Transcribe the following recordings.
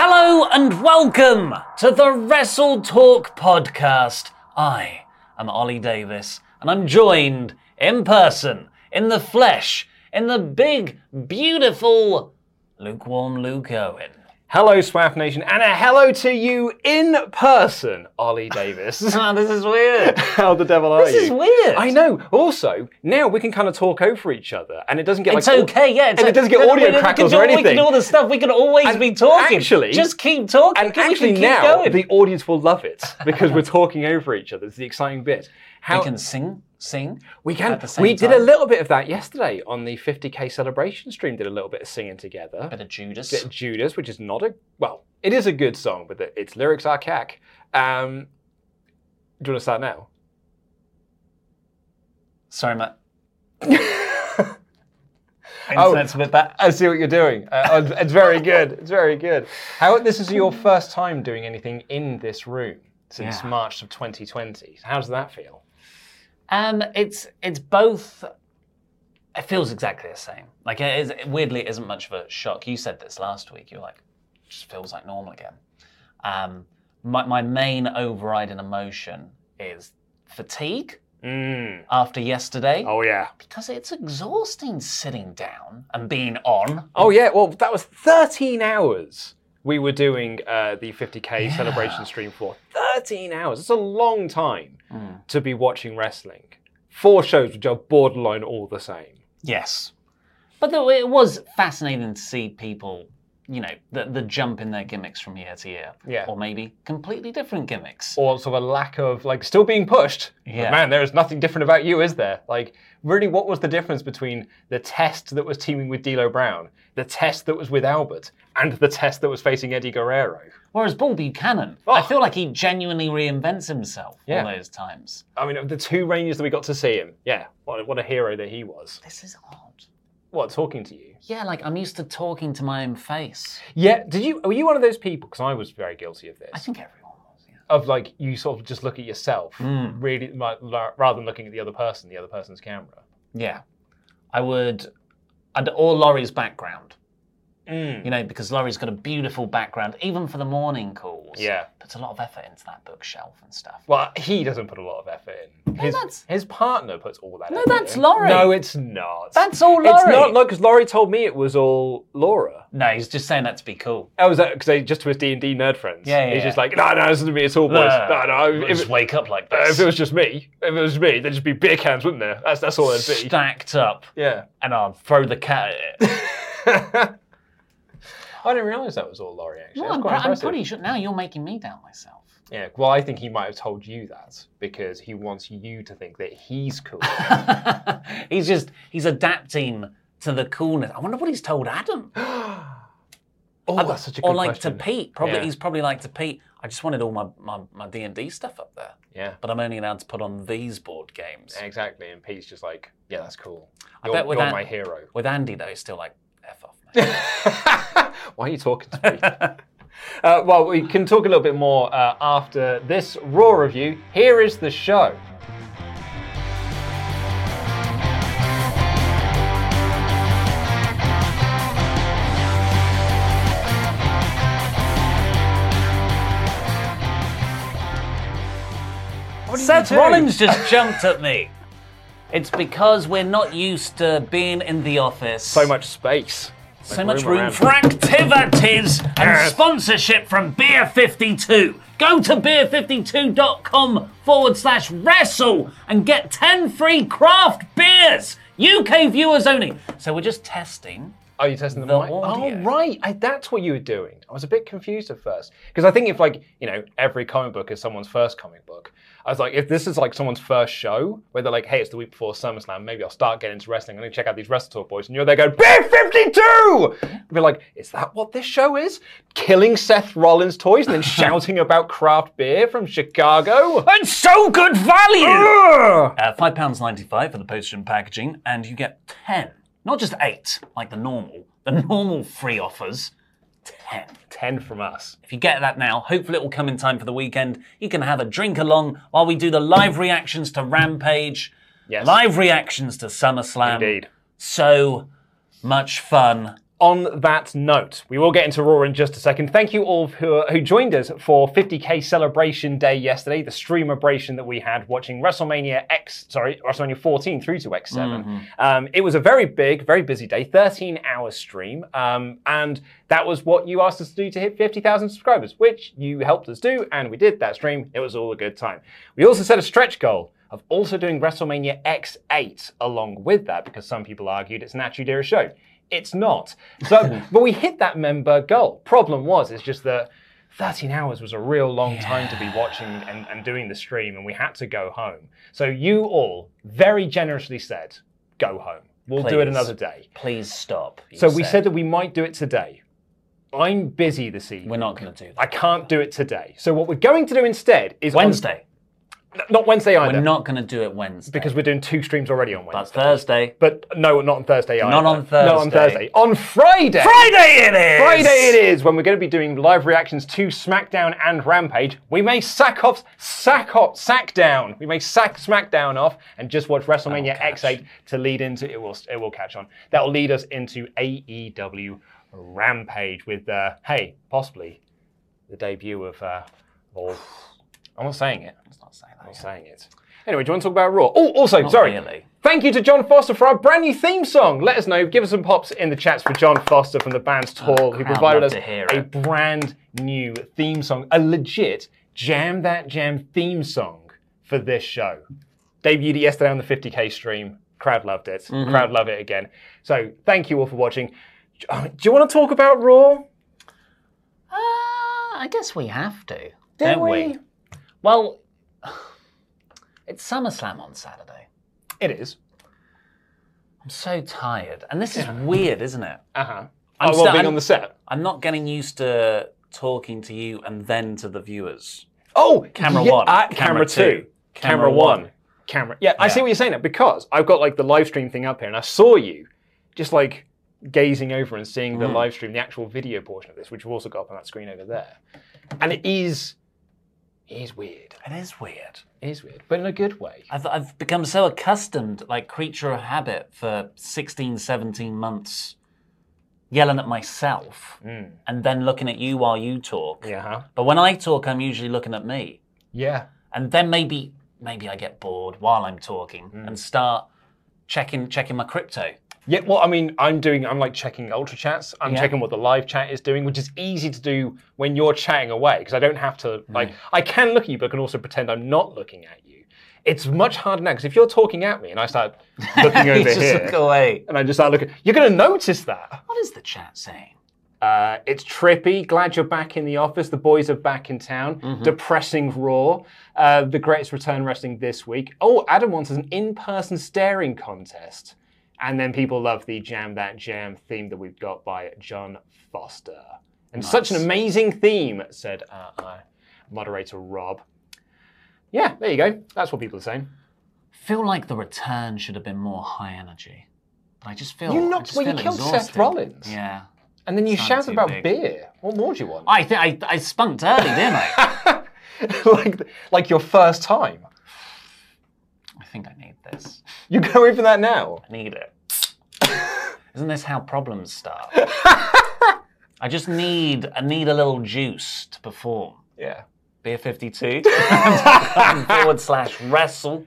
Hello and welcome to the Wrestle Talk podcast. I am Ollie Davis and I'm joined in person, in the flesh, in the big, beautiful lukewarm Luke Owen. Hello, Swaff Nation, and a hello to you in person, Ollie Davis. Ah, this is weird. How the devil are This you? is weird. I know. Also, now we can kind of talk over each other, and it doesn't get It's like au- okay, yeah. It's and it doesn't get we- audio we can crackles do- or We can anything. do all this stuff. We can always And be talking. actually- just keep talking. and We can actually, keep now going. the audience will love it because we're talking over each other. It's the exciting bit. How we can sing, sing. we can- At the same we did a time. little bit of that yesterday on the 50k celebration stream. Did a little bit of singing together. bit of Judas. bit of Judas, which is not a well, it is a good song, but the, its lyrics are cack. Um, do you want to start now? Sorry, Matt. Oh. Internet's a bit bad. I see what you're doing. Uh, oh, it's- it's very good. It's very good. How this is your first time doing anything in this room since Yeah. March of 2020. How does that feel? Um, it's it's both. It feels exactly the same. Like it is weirdly, it isn't much of a shock. You said this last week. You're like, it just feels like normal again. Um, my my main overriding emotion is fatigue after yesterday Mm, Oh yeah. because it's exhausting sitting down and being on. Oh yeah. Well, that was 13 hours. We were doing uh, the 50k celebration stream for 13 hours. It's a long time to be watching wrestling. Four shows which are borderline all the same. Yes, but though it was fascinating to see people. You know, the, the jump in their gimmicks from year to year. Yeah. Or maybe completely different gimmicks. or sort of a lack of like still being pushed. Yeah. But man, there is nothing different about you, is there? Like, really, what was the difference between the test that was teaming with D'Lo Brown, the test that was with Albert, and the test that was facing Eddie Guerrero? Whereas Bull Buchanan, I feel like he genuinely reinvents himself Oh. Yeah. all those times. I mean, of the two ranges that we got to see him. Yeah, what a, what a hero that he was. This is odd. What talking to you? Yeah, like I'm used to talking to my own face. Yeah. Did you were you one of those people? Because I was very guilty of this. I think everyone was. Yeah. of like you sort of just look at yourself, Mm. really, like, la- rather than looking at the other person, the other person's camera. yeah. I would, I'd, or Laurie's background. Mm. You know, because Laurie's got a beautiful background, even for the morning calls. Yeah. Puts a lot of effort into that bookshelf and stuff. Well, he doesn't put a lot of effort in. His, that's- his partner puts all that No, effort that's in. Laurie. No, it's not. That's all It's Laurie. not, no, because Laurie told me it was all Laura. No, he's just saying that to be cool. Oh, was that because just to his D&D nerd friends? Yeah, yeah, He's yeah. just like, no, no, this isn't me at all, boys. No, no. If, just if- wake up like uh, this. if it was just me, if it was me, there'd just be beer cans, wouldn't there? That's, that's all there'd be. stacked up, Yeah. and I'd throw the cat at it. I didn't realise that was all Laurie, actually. Well, That's I'm, quite pre- I'm impressive. pretty sure. Now you're making me doubt myself. Yeah, well, I think he might have told you that because he wants you to think that he's cool. Oh, he's just he's adapting to the coolness. I wonder what he's told Adam. oh, that's such a good or like question. to Pete. Probably Yeah. he's probably like to Pete. I just wanted all my my my D and D stuff up there, Yeah. but I'm only allowed to put on these board games. Exactly, and Pete's just like, yeah, that's cool. I You're, bet with you're An- my hero. With Andy though, he's still like f off. Mate. Why are you talking to me? Uh, well, we can talk a little bit more uh, after this Raw review. Here is the show. Seth Rollins just jumped at me. It's because we're not used to being in the office. So much space. so much room for activities and sponsorship from Beer 52. Go to beer52.com forward slash wrestle and get 10 free craft beers. UK viewers only. So we're just testing. Are you testing the, The mic? audio. Oh, right. I, that's what you were doing. I was a bit confused at first. Because I think if, like, you know, every comic book is someone's first comic book, I was like, if this is like someone's first show, where they're like, hey, it's the week before SummerSlam, maybe I'll start getting into wrestling. I'm going to check out these Wrestle Talk boys. And you're there going, Beer 52! You'd be like, is that what this show is? Killing Seth Rollins toys and then shouting about craft beer from Chicago? And so good value! Uh, £5.95 for the postage and packaging, and you get 10. Not just 8, like the normal. The normal free offers. 10. 10 from us. If you get that now, hopefully it will come in time for the weekend. You can have a drink along while we do the live reactions to Rampage, Yes. live reactions to SummerSlam. Indeed. So much fun. on that note, we will get into Raw in just a second. Thank you all who, who joined us for 50k celebration day yesterday, the stream abrasion that we had watching WrestleMania X, sorry, WrestleMania 14 through to X7. Um, it was a very big, very busy day, 13 hour stream, um, and that was what you asked us to do to hit 50,000 subscribers, which you helped us do, and we did that stream. It was all a good time. We also set a stretch goal of also doing WrestleMania X8 along with that because some people argued it's an Attitude Era show. It's not. So, but we hit that member goal. Problem was, it's just that 13 hours was a real long time to be watching and, and doing the stream, and we had to go home. So you all very generously said, go home. We'll do it Please. another day. Please stop. you So we said that we might do it today. I'm busy this evening. we're not going to do I that. can't do it today. So what we're going to do instead is on- Wednesday. N- not Wednesday either. We're not going to do it Wednesday. because we're doing two streams already on Wednesday. but Thursday. But no, not on Thursday either. Not on Not on Thursday. Thursday. On Friday. Friday it is. Friday it is when we're going to be doing live reactions to SmackDown and Rampage. We may sack off, sack off, sack down. We may sack SmackDown off and just watch WrestleMania X8 to lead into it. Will it will catch on? That will lead us into AEW Rampage with uh, hey possibly the debut of. Uh, well, I'm not saying it. Let's not say that. I'm not saying it. Anyway, do you want to talk about Raw? Oh, also, sorry. really. Thank you to John Foster for our brand new theme song. Let us know. Give us some pops in the chats for John Foster from the band's tour, who crowd provided Oh, love us to hear a it. brand new theme song, a legit Jam That Jam theme song for this show. Debuted it yesterday on the 50k stream. Crowd loved it. Mm-hmm. Crowd love it again. So thank you all for watching. Uh, Do you want to talk about Raw? Uh, I guess we have to, don't we? Well, it's SummerSlam on Saturday. It is. I'm so tired, and this is weird, isn't it? Uh huh. I'm I'm sta- being I'm- on the set. I'm not getting used to talking to you and then to the viewers. Oh, Camera yeah, one, uh, camera camera, two, two, camera camera, one. one. camera. Yeah, I see what you're saying now because I've got like the live stream thing up here, and I saw you just like gazing over and seeing the live stream, the actual video portion of this, which we've also got up on that screen over there. And it is, it is weird. It is weird. It is weird, but in a good way. I've, I've become so accustomed, like creature of habit, for 16, 17 months, yelling at myself and then looking at you while you talk. Yeah. huh? But when I talk, I'm usually looking at me. Yeah. and then maybe maybe I get bored while I'm talking and start checking checking my crypto. Yeah, well, I mean, I'm doing, I'm like checking Ultra Chats. I'm Yeah. checking what the live chat is doing, which is easy to do when you're chatting away because I don't have to, like, I can look at you, but I can also pretend I'm not looking at you. It's much harder now because if you're talking at me and I start looking over here away. and I just start looking, you're going to notice that. What is the chat saying? Uh, it's trippy. Glad you're back in the office. The boys are back in town. Depressing Raw. Uh, the greatest return wrestling this week. Oh, Adam wants an in person staring contest. And then people love the Jam That Jam theme that we've got by John Foster. And such an amazing theme, said uh, uh, moderator Rob. Yeah, there you go. That's what people are saying. Feel like the return should have been more high energy. But I just feel You I knocked- just well, you feel killed Seth exhausted. Rollins. Yeah. And then you Sound shouted too about big. beer. What more do you want? I think I, I spunked early, didn't I? like, like your first time. I think I need this. You go over that now. I need it. Isn't this how problems start? I just need I need a little juice to perform. Yeah. Beer 52 forward slash wrestle.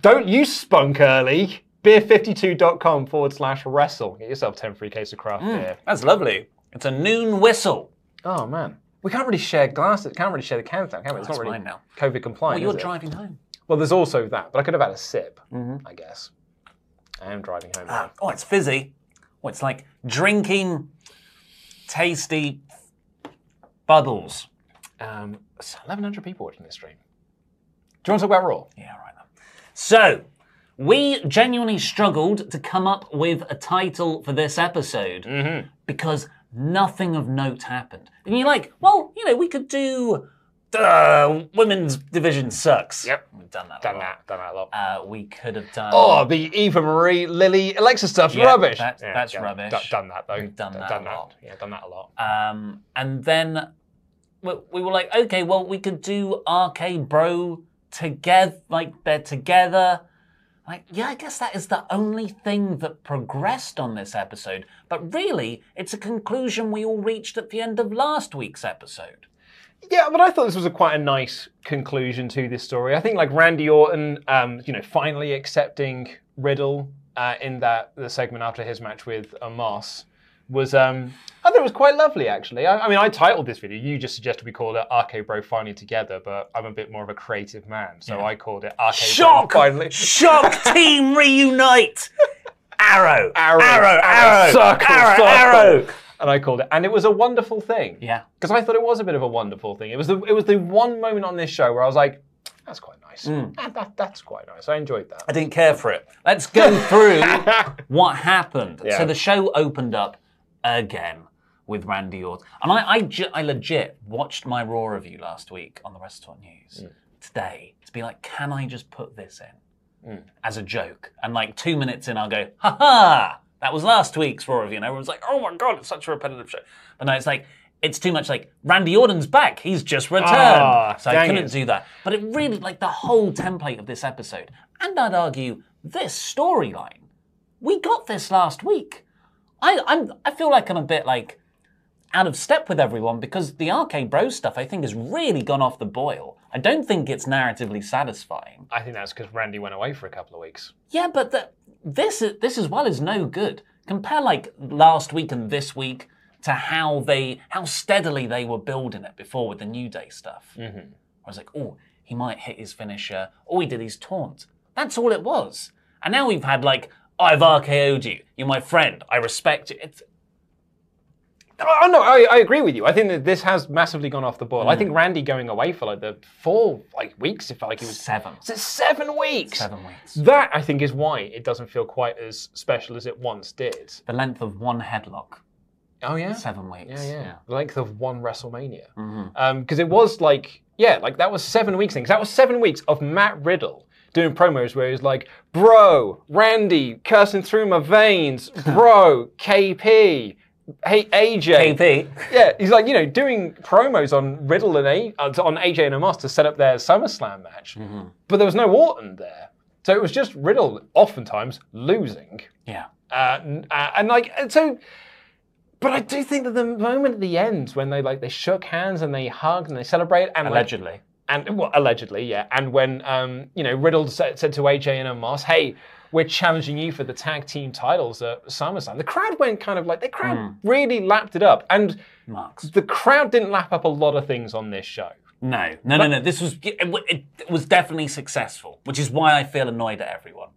Don't you spunk early. Beer52.com forward slash wrestle. Get yourself 10 free case of craft beer. That's lovely. It's a noon whistle. Mm. Oh, man. We can't really share glasses. Can't really share the cans now, can we? It's That's not really mine now. COVID Well, compliant. you're is it? driving home. Well, there's also that, but I could have had a sip, Mm-hmm. I guess. I am driving home. now. Oh, it's fizzy. Oh, it's like drinking tasty bubbles. Ah, Um, it's 1,100 people watching this stream. Do you want to talk about Raw? Yeah, right then. So, we genuinely struggled to come up with a title for this episode Mm-hmm. because nothing of note happened. And you're like, well, you know, we could do uh, women's division sucks. Yep. We've done that. a Done lot. that. Done that a lot. Uh, we could have done. Oh, the Eva Marie, Lily, Alexa stuff's Yeah, rubbish. that's- that's rubbish. d- done that though. We've done D- that a lot. Yeah, done that a lot. Um, and then we, we were like, okay, well, we could do RK Bro together, like they're together. Like, yeah, I guess that is the only thing that progressed on this episode. But really, it's a conclusion we all reached at the end of last week's episode. Yeah, but I thought this was a quite a nice conclusion to this story. I think like Randy Orton, um, you know, finally accepting Riddle uh, in that the segment after his match with Amos was. Um, I thought it was quite lovely, actually. I, I mean, I titled this video. You just suggested we call it "RK Bro Finally Together," but I'm a bit more of a creative man, so I called it "RK Shock! Bro Finally." Shock team reunite! Arrow! Arrow, Arrow! Arrow! circle, arrow! circle. arrow. And I called it, and it was a wonderful thing. Yeah. because I thought it was a bit of a wonderful thing. It was the it was the one moment on this show where I was like, that's quite nice. That, that- that's quite nice. Mm. I enjoyed that. I didn't care for it. Let's go through what happened. So the show opened up again with Randy Orton. And I, I, ge- I legit watched my Raw review last week on the Restaurant News Mm. today to be like, can I just put this in Mm. as a joke? And like two minutes in, I'll go, ha ha, that was last week's Raw review. And everyone's like, oh my God, it's such a repetitive show. But no, it's like, it's too much like Randy Orton's back. He's just returned. Ah, so I dang couldn't it. do do that. But it really, like the whole template of this episode, and I'd argue this storyline, we got this last week. I, I'm, I feel like I'm a bit like out of step with everyone because the arcade bro stuff I think has really gone off the boil. I don't think it's narratively satisfying. I think that's because Randy went away for a couple of weeks. Yeah, but the, this is- this as well is no good. Compare like last week and this week to how they how steadily they were building it before with the New Day stuff. Mm-hmm. I was like, oh, he might hit his finisher. All he did is taunt. That's all it was. And now we've had like, I've RKO'd you. You're my friend. I respect you. It's, Oh oh, no, I, I agree with you. I think that this has massively gone off the boil. I think Randy going away for like the four like weeks, it felt like it was Seven. Is it seven weeks? Seven weeks. That I think is why it doesn't feel quite as special as it once did. the length of one headlock. Oh yeah. Seven weeks. Yeah, yeah. Yeah. Mm-hmm. The length of one WrestleMania. Because it was like, yeah, like that was seven weeks things. That was seven weeks of Matt Riddle doing promos where he was like, bro, Randy, cursing through my veins, bro, KP, hey, AJ. KP. Yeah, he's like, you know, doing promos on Riddle and A- uh, on AJ and Amos to set up their SummerSlam match. Mm-hmm. But there was no Orton there. So it was just Riddle oftentimes losing. Yeah. Uh, n- uh, and like and so but i do think that the moment at the end when they like they shook hands and they hugged and they celebrated and like- Allegedly. and well, allegedly yeah and when um you know riddle said, said to aj and Amos, hey we're challenging you for the tag team titles at SummerSlam. The crowd went kind of like the crowd really lapped it up, and Marks. the crowd didn't lap up a lot of things on this show. No, no, no, no. This was it, w- it was definitely successful, which is why I feel annoyed at everyone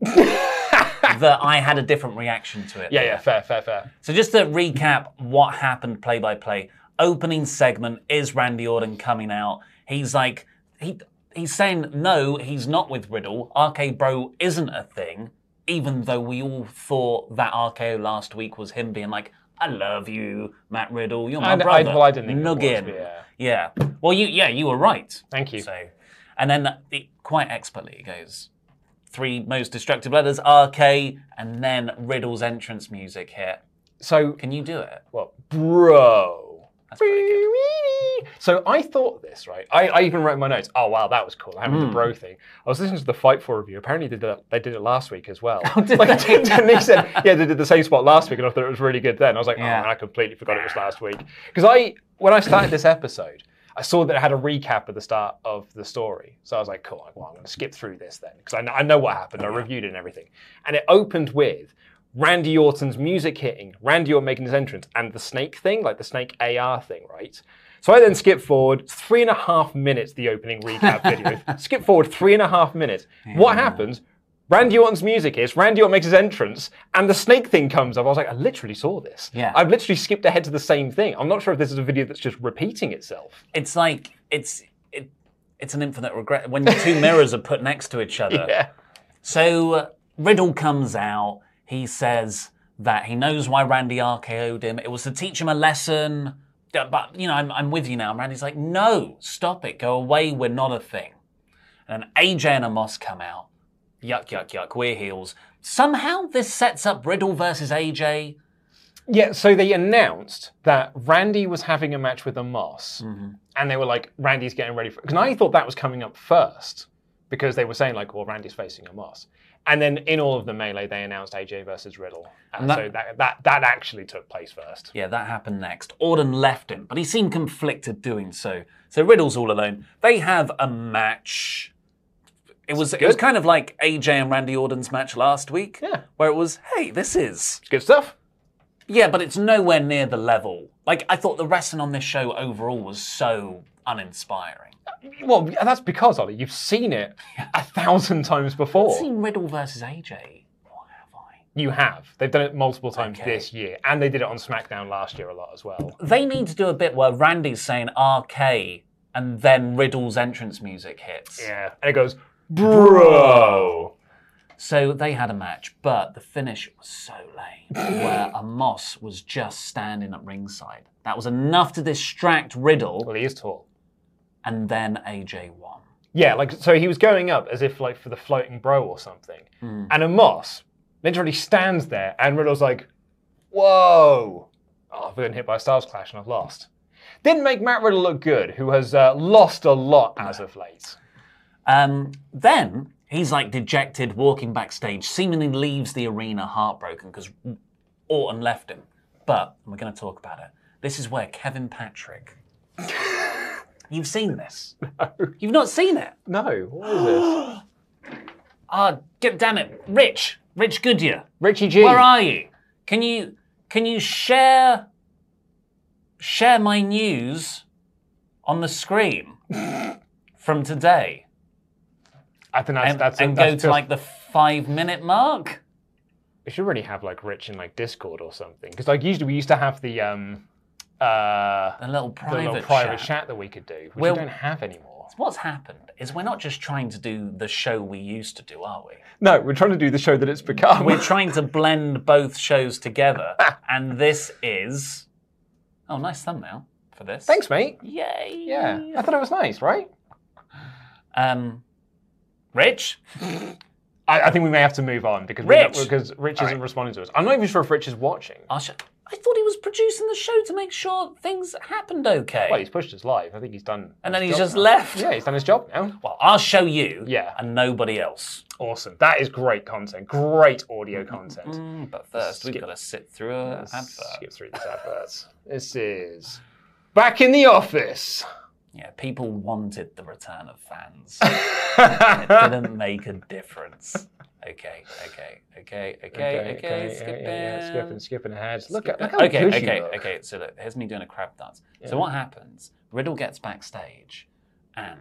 that I had a different reaction to it. Yeah, yeah, fair, fair, fair. So just to recap what happened play by play, opening segment is Randy Orton coming out. He's like he he's saying no, he's not with Riddle. RK Bro isn't a thing, even though we all thought that RKO last week was him being like, I love you, Matt Riddle, you're my I- I- brother. well, I didn't think it was, Nuggin. but yeah. yeah. Well you yeah, you were right. Thank you. So and then it quite expertly it goes three most destructive letters, RK, and then Riddle's entrance music hit. So Can you do it? Well, bro. That's pretty good. So I thought this, right? I, I even wrote in my notes, oh wow, that was cool. I remember Hmm. the bro thing. I was listening to the Fight for review. Apparently they did it, they did it last week as well. Oh, like, and they said, yeah, they did the same spot last week and I thought it was really good then. I was like, Yeah. oh, I completely forgot it was last week. Because I when I started this episode, I saw that it had a recap of the start of the story. So I was like, cool, like, well, I'm going to skip through this then because I know, I know what happened. I reviewed it and everything. And it opened with Randy Orton's music hitting, Randy Orton making his entrance, and the snake thing, like the snake AR thing, right? So I then skip forward three and a half minutes, the opening recap video. Skip forward three and a half minutes. What happens? Randy Orton's music is Randy Orton makes his entrance, and the snake thing comes up. I was like, I literally saw this. Yeah. I've literally skipped ahead to the same thing. I'm not sure if this is a video that's just repeating itself. It's like it's it, it's an infinite regret when the two mirrors are put next to each other. Yeah. So uh, Riddle comes out. He says that he knows why Randy RKO'd him. It was to teach him a lesson. Uh, But you know, I'm, I'm with you now. And Randy's like, no, stop it, go away. We're not a thing. And AJ and Amos come out. Yuck, yuck, yuck. We're heels. Somehow this sets up Riddle versus AJ. Yeah, so they announced that Randy was having a match with Amos, and they were like, Randy's getting ready for Because I thought that was coming up first, because they were saying, like, well, Randy's facing Amos. And then in all of the melee, they announced AJ versus Riddle. And that- so that, that, that actually took place first. Yeah, that happened next. Orton left him, but he seemed conflicted doing so. So Riddle's all alone. They have a match. It was it was kind of like AJ and Randy Orton's match last week, Yeah. where it was, hey, this is It's good stuff. yeah, but it's nowhere near the level. Like I thought, the wrestling on this show overall was so uninspiring. Well, that's because, Ollie, you've seen it a thousand times I've before. seen Riddle versus AJ. What have I? You have. They've done it multiple times Okay. this year, and they did it on SmackDown last year a lot as well. They need to do a bit where Randy's saying RK and then Riddle's entrance music hits. Yeah. And it goes, bro. So they had a match, but the finish was so lame, where Amos was just standing at ringside. That was enough to distract Riddle, Well, he is tall. and then AJ won. Yeah, like so he was going up as if like for the floating bro or something. And Amos literally stands there and Riddle's like, Whoa. Oh, I've been hit by a stars clash and I've lost. Didn't make Matt Riddle look good, who has uh, lost a lot as of late. Um, then he's like dejected, walking backstage, seemingly leaves the arena heartbroken because Orton left him. But and we're going to talk about it. This is where Kevin Patrick. You've seen this? No. You've not seen it? No, what is this? Ah, get damn it, Rich, Rich Goodyear. Richie G. Where are you? Can you can you share share my news on the screen from today I think that's and, that's, and that's go to just- like the five minute mark? we should really have like Rich in like Discord or something. Because like usually we used to have the um uh A little the private, little private chat. chat. that we could do, which Well- we don't have anymore. What's happened is we're not just trying to do the show we used to do, are we? No, we're trying to do the show that it's become. We're trying to blend both shows together, and this is oh, nice thumbnail for this. Thanks, mate. Yay! Yeah, I thought it was nice, right? Um, Rich. I, I think we may have to move on because Rich! Oh, we, because Rich isn't responding to us. I'm not even sure if Rich is watching. our show. I thought he was producing the show to make sure things happened okay. Well, he's pushed us live. I think he's done. And then his he's job just now. left. Yeah, he's done his job now. Well, I'll show you Yeah. and nobody else. Awesome. That is great content. Great audio content. Mm, But first, we've got to sit through an advert. Skip through these adverts. this is back in the office. Yeah, people wanted the return of fans. it didn't make a difference. Okay, okay, okay, okay, okay, skip yeah, yeah, it. skipping, skipping ahead. Look at look how Okay, good you okay, look. okay. So look, here's me doing a crab dance. So what happens? Riddle gets backstage, and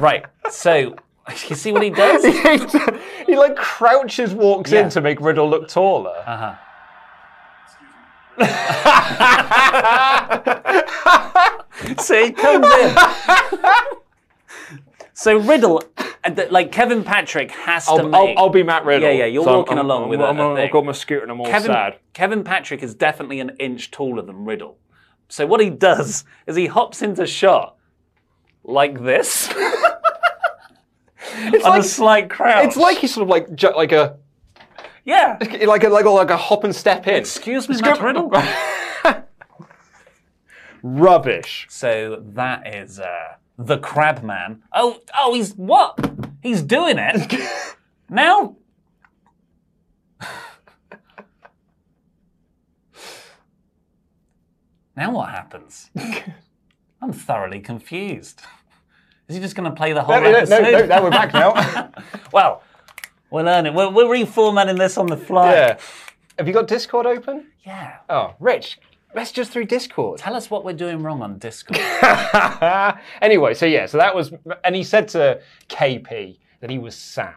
right. So you see what he does? he like crouches, walks Yeah. in to make Riddle look taller. Uh-huh. so he comes in. so Riddle, uh, th- like Kevin Patrick, has to I'll, make. I'll, I'll be Matt Riddle. Yeah, yeah, you're walking along with i a- a I've thing. got my scooter and I'm all Kevin, sad. Kevin Patrick is definitely an inch taller than Riddle. So what he does is he hops into shot like this. It's on like, a slight crouch. it's like he's sort of like ju- like a Yeah. Like a, like a, like a hop and step in. Excuse me, It's Matt good- Riddle. Rubbish. So that is uh, the Crab Man. Oh, oh, he's what? He's doing it now. now what happens? I'm thoroughly confused. Is he just going to play the whole No, no, episode? no, no, no, we're back now. well, we're learning. We're, we're reformatting this on the fly. yeah. Have you got Discord open? Yeah. Oh, Rich, messages through Discord. Tell us what we're doing wrong on Discord. anyway, so yeah, so that was, and he said to KP that he was sad.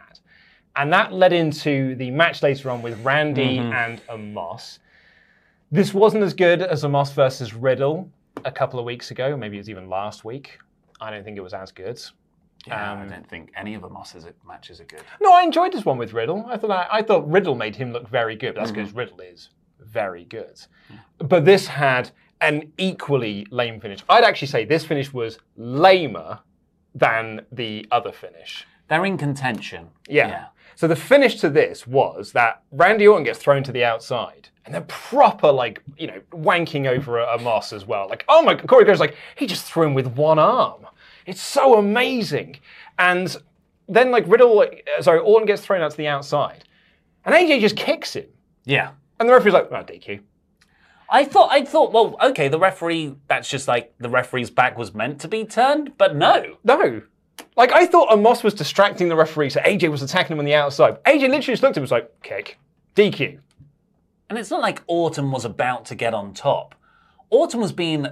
And that led into the match later on with Randy and Amos. This wasn't as good as Amos versus Riddle a couple of weeks ago. Maybe it was even last week. I don't think it was as good. yeah, Um, I don't think any of the Moss's matches are good. No, I enjoyed this one with Riddle. I thought I, I thought Riddle made him look very good. but That's because Riddle is very good. But this had an equally lame finish. I'd actually say this finish was lamer than the other finish. They're in contention. Yeah. So the finish to this was that Randy Orton gets thrown to the outside. And then proper, like, you know, wanking over a, a Moss as well. Like, oh my, Corey goes like, he just threw him with one arm. It's so amazing. And then, like, Riddle, uh, sorry, Orton gets thrown out to the outside. And AJ just kicks him. Yeah. And the referee's like, oh, DQ. I thought I thought, well, okay, the referee that's just like the referee's back was meant to be turned, but no. No. Like, I thought Amos was distracting the referee, so AJ was attacking him on the outside. AJ literally just looked at him and was like, kick, DQ. And it's not like Autumn was about to get on top. Autumn was being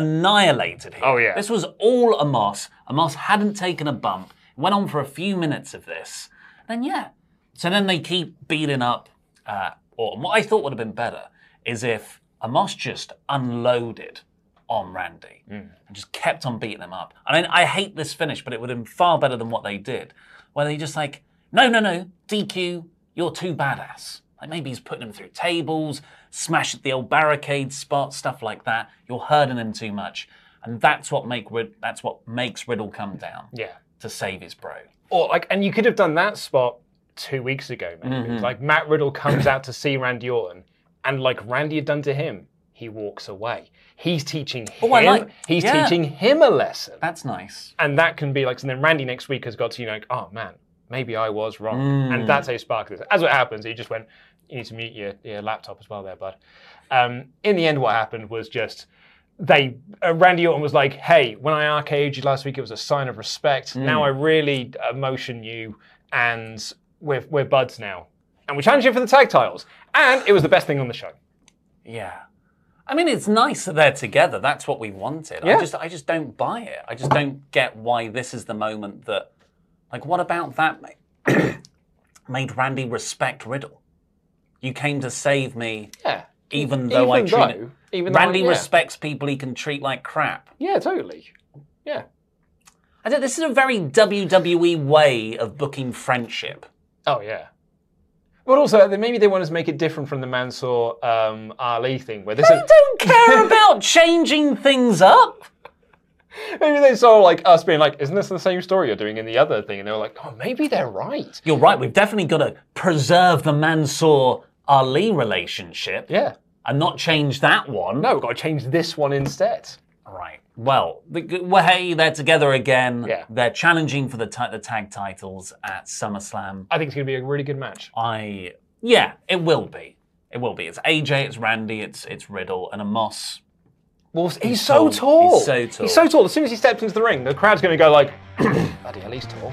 annihilated here. Oh, yeah. This was all Amos. Amos hadn't taken a bump. It went on for a few minutes of this. Then yeah. So then they keep beating up uh, Autumn. What I thought would have been better is if Amos just unloaded on Randy Hmm. and just kept on beating him up. I mean, I hate this finish, but it would have been far better than what they did, where they just like, no, no, no, DQ, you're too badass. Like maybe he's putting him through tables, smash at the old barricade spot, stuff like that. You're hurting him too much, and that's what make Rid- that's what makes Riddle come down Yeah. to save his bro. Or like, and you could have done that spot two weeks ago, maybe. Mm-hmm. Like Matt Riddle comes out to see Randy Orton, and like Randy had done to him, he walks away. He's teaching him. Oh, I like- he's yeah. teaching him a lesson, That's nice. and that can be like. And then Randy next week has got to you know, like, oh man, maybe I was wrong, and that's how you spark this. As what happens, he just went. You need to mute your, your laptop as well, there, bud. Um, in the end, what happened was just they uh, Randy Orton was like, "Hey, when I RKO'd you last week, it was a sign of respect. Now I really emotion you, and we're we're buds now, and we challenge you for the tag titles." And it was the best thing on the show. Yeah. I mean, it's nice that they're together. That's what we wanted. I Yeah. just, I just don't buy it. I just don't get why this is the moment that, like, what about that ma- made Randy respect Riddle? You came to save me, Yeah, even though I Even treat though- even though I- Randy yeah. respects people he can treat like crap. yeah, totally. Yeah, I don't, this is a very WWE way of booking friendship. oh yeah. But also, they- maybe they wanted to make it different from the Mansour um, Ali thing, where they I said don't care about changing things up. maybe they saw like us being like, "Isn't this the same story you're doing in the other thing?" And they were like, "Oh, maybe they're right." You're right. We've definitely got to preserve the Mansour Ali relationship Yeah, and not change that one. no, we've got to change this one instead. Right. Well, the, well, hey, they're together again. Yeah. They're challenging for the, ti- the tag titles at SummerSlam. I think it's going to be a really good match. I yeah, it will be. It will be. It's AJ. It's Randy. It's it's Riddle and Amos. Well, he's, so tall. tall. He's so tall. He's so tall. As soon as he steps into the ring, the crowd's going to go like, "Bloody hell, he's tall."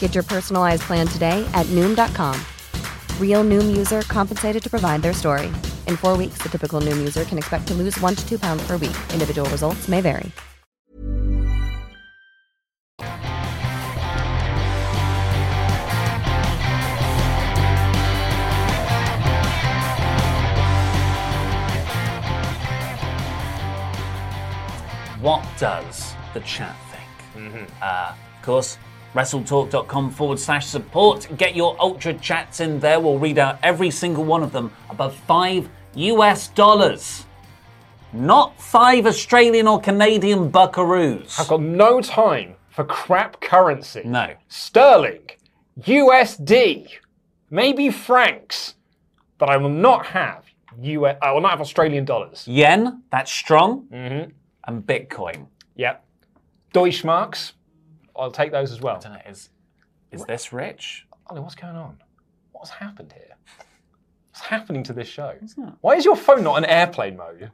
Get your personalized plan today at Noom.com. Real Noom user compensated to provide their story. In four weeks, the typical Noom user can expect to lose one to two pounds per week. Individual results may vary. What does the chat think? Uh, of course, wrestletalk.com forward slash support. Get your ultra chats in there. We'll read out every single one of them above five US dollars. Not five Australian or Canadian buckaroos. I've got no time for crap currency. No. Sterling, USD, maybe francs, but I will not have US, I will not have Australian dollars. Yen, that's strong. And Bitcoin. Yep. Deutschmarks, I'll take those as well. I don't know, is, is this rich? Ollie, what's going on? What's happened here? What's happening to this show? Why is your phone not in airplane mode?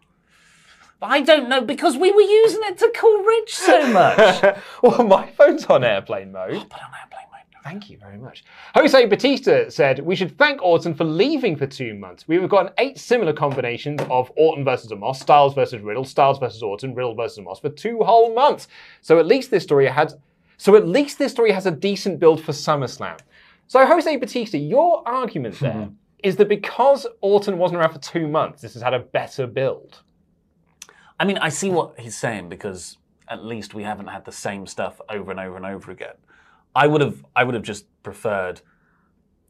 I don't know because we were using it to call Rich so much. well, my phone's on airplane mode. Put on airplane mode. Thank you very much. Jose Batista said, We should thank Orton for leaving for two months. We've gotten eight similar combinations of Orton versus Amos, Styles versus Riddle, Styles versus Orton, Riddle versus Amos for two whole months. So at least this story had so at least this story has a decent build for SummerSlam. So Jose Batista, your argument there is that because Orton wasn't around for two months, this has had a better build. I mean, I see what he's saying because at least we haven't had the same stuff over and over and over again. I would have, I would have just preferred,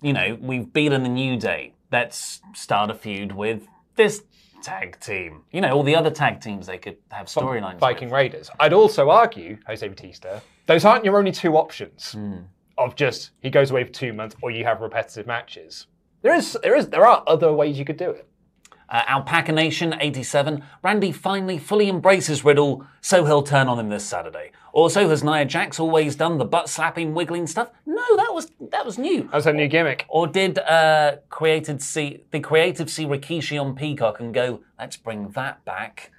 you know, we've beaten the New Day. Let's start a feud with this tag team. You know, all the other tag teams they could have storylines. Viking with. Raiders. I'd also argue, Jose Batista, those aren't your only two options Hmm. of just he goes away for two months or you have repetitive matches. There is, there is, there are other ways you could do it. Uh, Alpaca Nation 87. Randy finally fully embraces Riddle, so he'll turn on him this Saturday. Also, has Nia Jax always done the butt slapping, wiggling stuff? No, that was that was new. That's a new gimmick. Or did uh, created see the creative see Rikishi on Peacock and go, let's bring that back?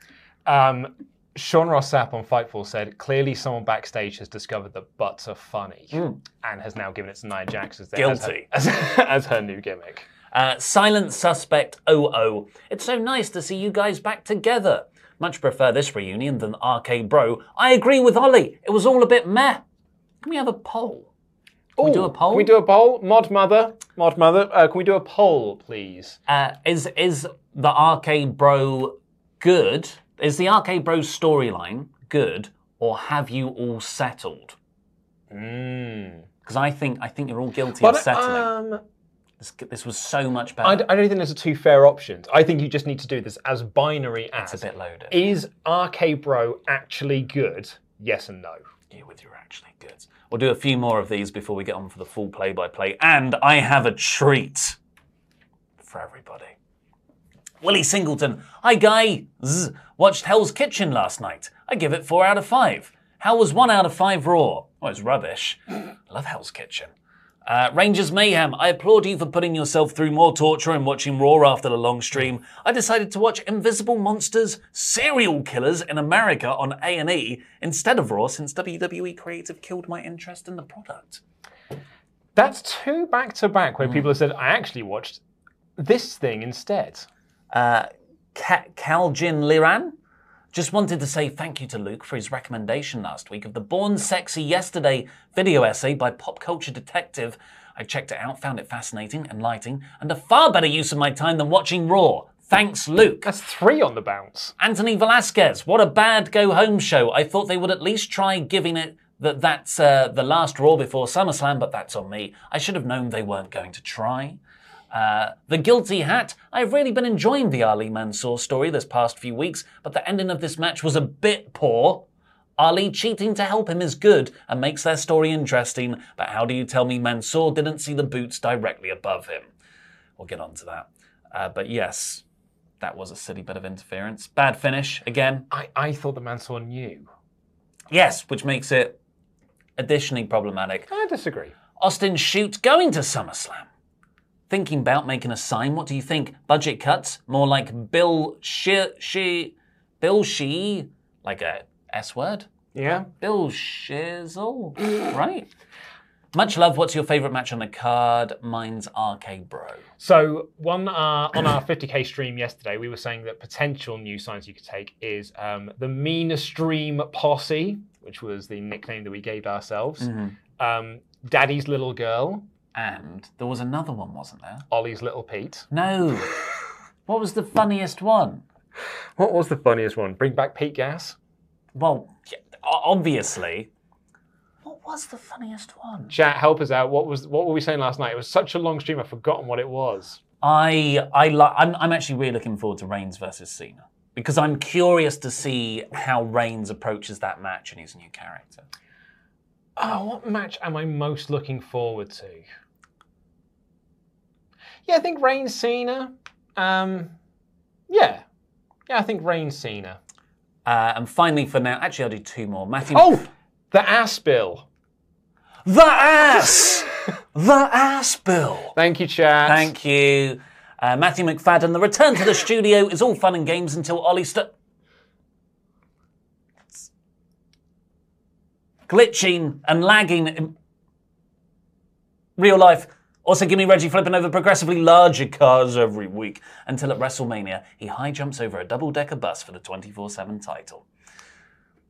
Um, Sean Ross Sapp on Fightful said clearly someone backstage has discovered that butts are funny and has now given it to Nia Jax as, their, as, her, Hmm. Guilty. as, as her new gimmick. Uh, Silent Suspect 00. It's so nice to see you guys back together. Much prefer this reunion than Arcade Bro. I agree with Ollie. It was all a bit meh. Can we have a poll? Can we do a poll? Can we do a poll? Mod mother, mod mother. Uh, can we do a poll, please? Uh, is is the Arcade Bro good? Is the Arcade Bro storyline good, or have you all settled? Because I think I think you're all guilty of Hmm. But settling. um, this, this was so much better. I, d- I don't think there's a two fair options. I think you just need to do this as binary as. it's a bit loaded. Is RK Bro actually good? Yes and no. you with your actually good. We'll do a few more of these before we get on for the full play by play. And I have a treat for everybody. Willie Singleton. Hi, guys. Watched Hell's Kitchen last night. I give it four out of five. How was one out of five raw? Oh, it's rubbish. Love Hell's Kitchen. Uh, Rangers Mayhem, I applaud you for putting yourself through more torture and watching Raw after the long stream. I decided to watch Invisible Monsters, Serial Killers in America on A&E instead of Raw since WWE creative killed my interest in the product. That's two back to back Mm. where people have said, I actually watched this thing instead. Uh, Ka- Kaljin Liran. Just wanted to say thank you to Luke for his recommendation last week of the Born Sexy Yesterday video essay by Pop Culture Detective. I checked it out, found it fascinating, enlightening, and a far better use of my time than watching Raw. Thanks, Luke. That's three on the bounce. Anthony Velasquez, what a bad go home show. I thought they would at least try giving it that that's uh, the last Raw before SummerSlam, but that's on me. I should have known they weren't going to try. Uh, the Guilty Hat, I've really been enjoying the Ali Mansour story this past few weeks, but the ending of this match was a bit poor. Ali cheating to help him is good and makes their story interesting, but how do you tell me Mansour didn't see the boots directly above him? We'll get on to that. Uh, but yes, that was a silly bit of interference. Bad finish again. I, I thought the Mansour knew. Yes, which makes it additionally problematic. I disagree. Austin Shoot going to SummerSlam. Thinking about making a sign. What do you think? Budget cuts? More like Bill She She Bill She like a S word? Yeah. Bill Shizzle, right? Much love. What's your favourite match on the card? Mine's RK Bro. So one uh, on our 50k stream yesterday, we were saying that potential new signs you could take is um, the Mean Stream Posse, which was the nickname that we gave ourselves. Um, Daddy's little girl, And there was another one, wasn't there? Ollie's little Pete. No. what was the funniest one? What was the funniest one? Bring back Pete Gas. Well, yeah, o- obviously. What was the funniest one? Chat, help us out. What was what were we saying last night? It was such a long stream. I've forgotten what it was. I I li- I'm I'm actually really looking forward to Reigns versus Cena because I'm curious to see how Reigns approaches that match and his new character. Oh, what match am I most looking forward to? Yeah, I think Reigns Cena. Um, yeah, yeah, I think Reigns Cena. Uh, and finally, for now, actually, I'll do two more. Matthew. Oh, the ass bill. the ass, the ass bill. Thank you, chat. Thank you, uh, Matthew McFadden. The return to the studio is all fun and games until Ollie st- glitching and lagging in real life. Also, give me Reggie flipping over progressively larger cars every week until at WrestleMania he high jumps over a double decker bus for the 24 7 title.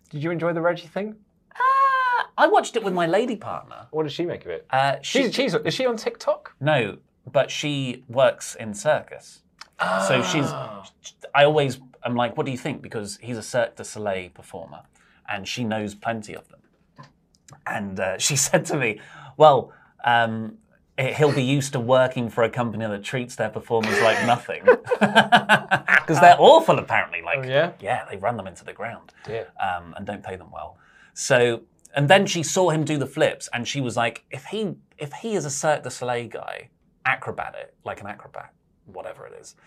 Did you enjoy the Reggie thing? Ah, I watched it with my lady partner. What did she make of it? Uh, she, she's, she's is she on TikTok? No, but she works in circus. So she's. I always am like, what do you think? Because he's a Cirque du Soleil performer and she knows plenty of them. And uh, she said to me, well, um, eh, he'll be used to working for a company that treats their performers like nothing. Because they're awful, apparently. Like, yeah? yeah, they run them into the ground Dear. um, and don't pay them well. So, and then she saw him do the flips, and she was like, if he if he is a Cirque du Soleil guy, acrobat it like an acrobat, whatever it is,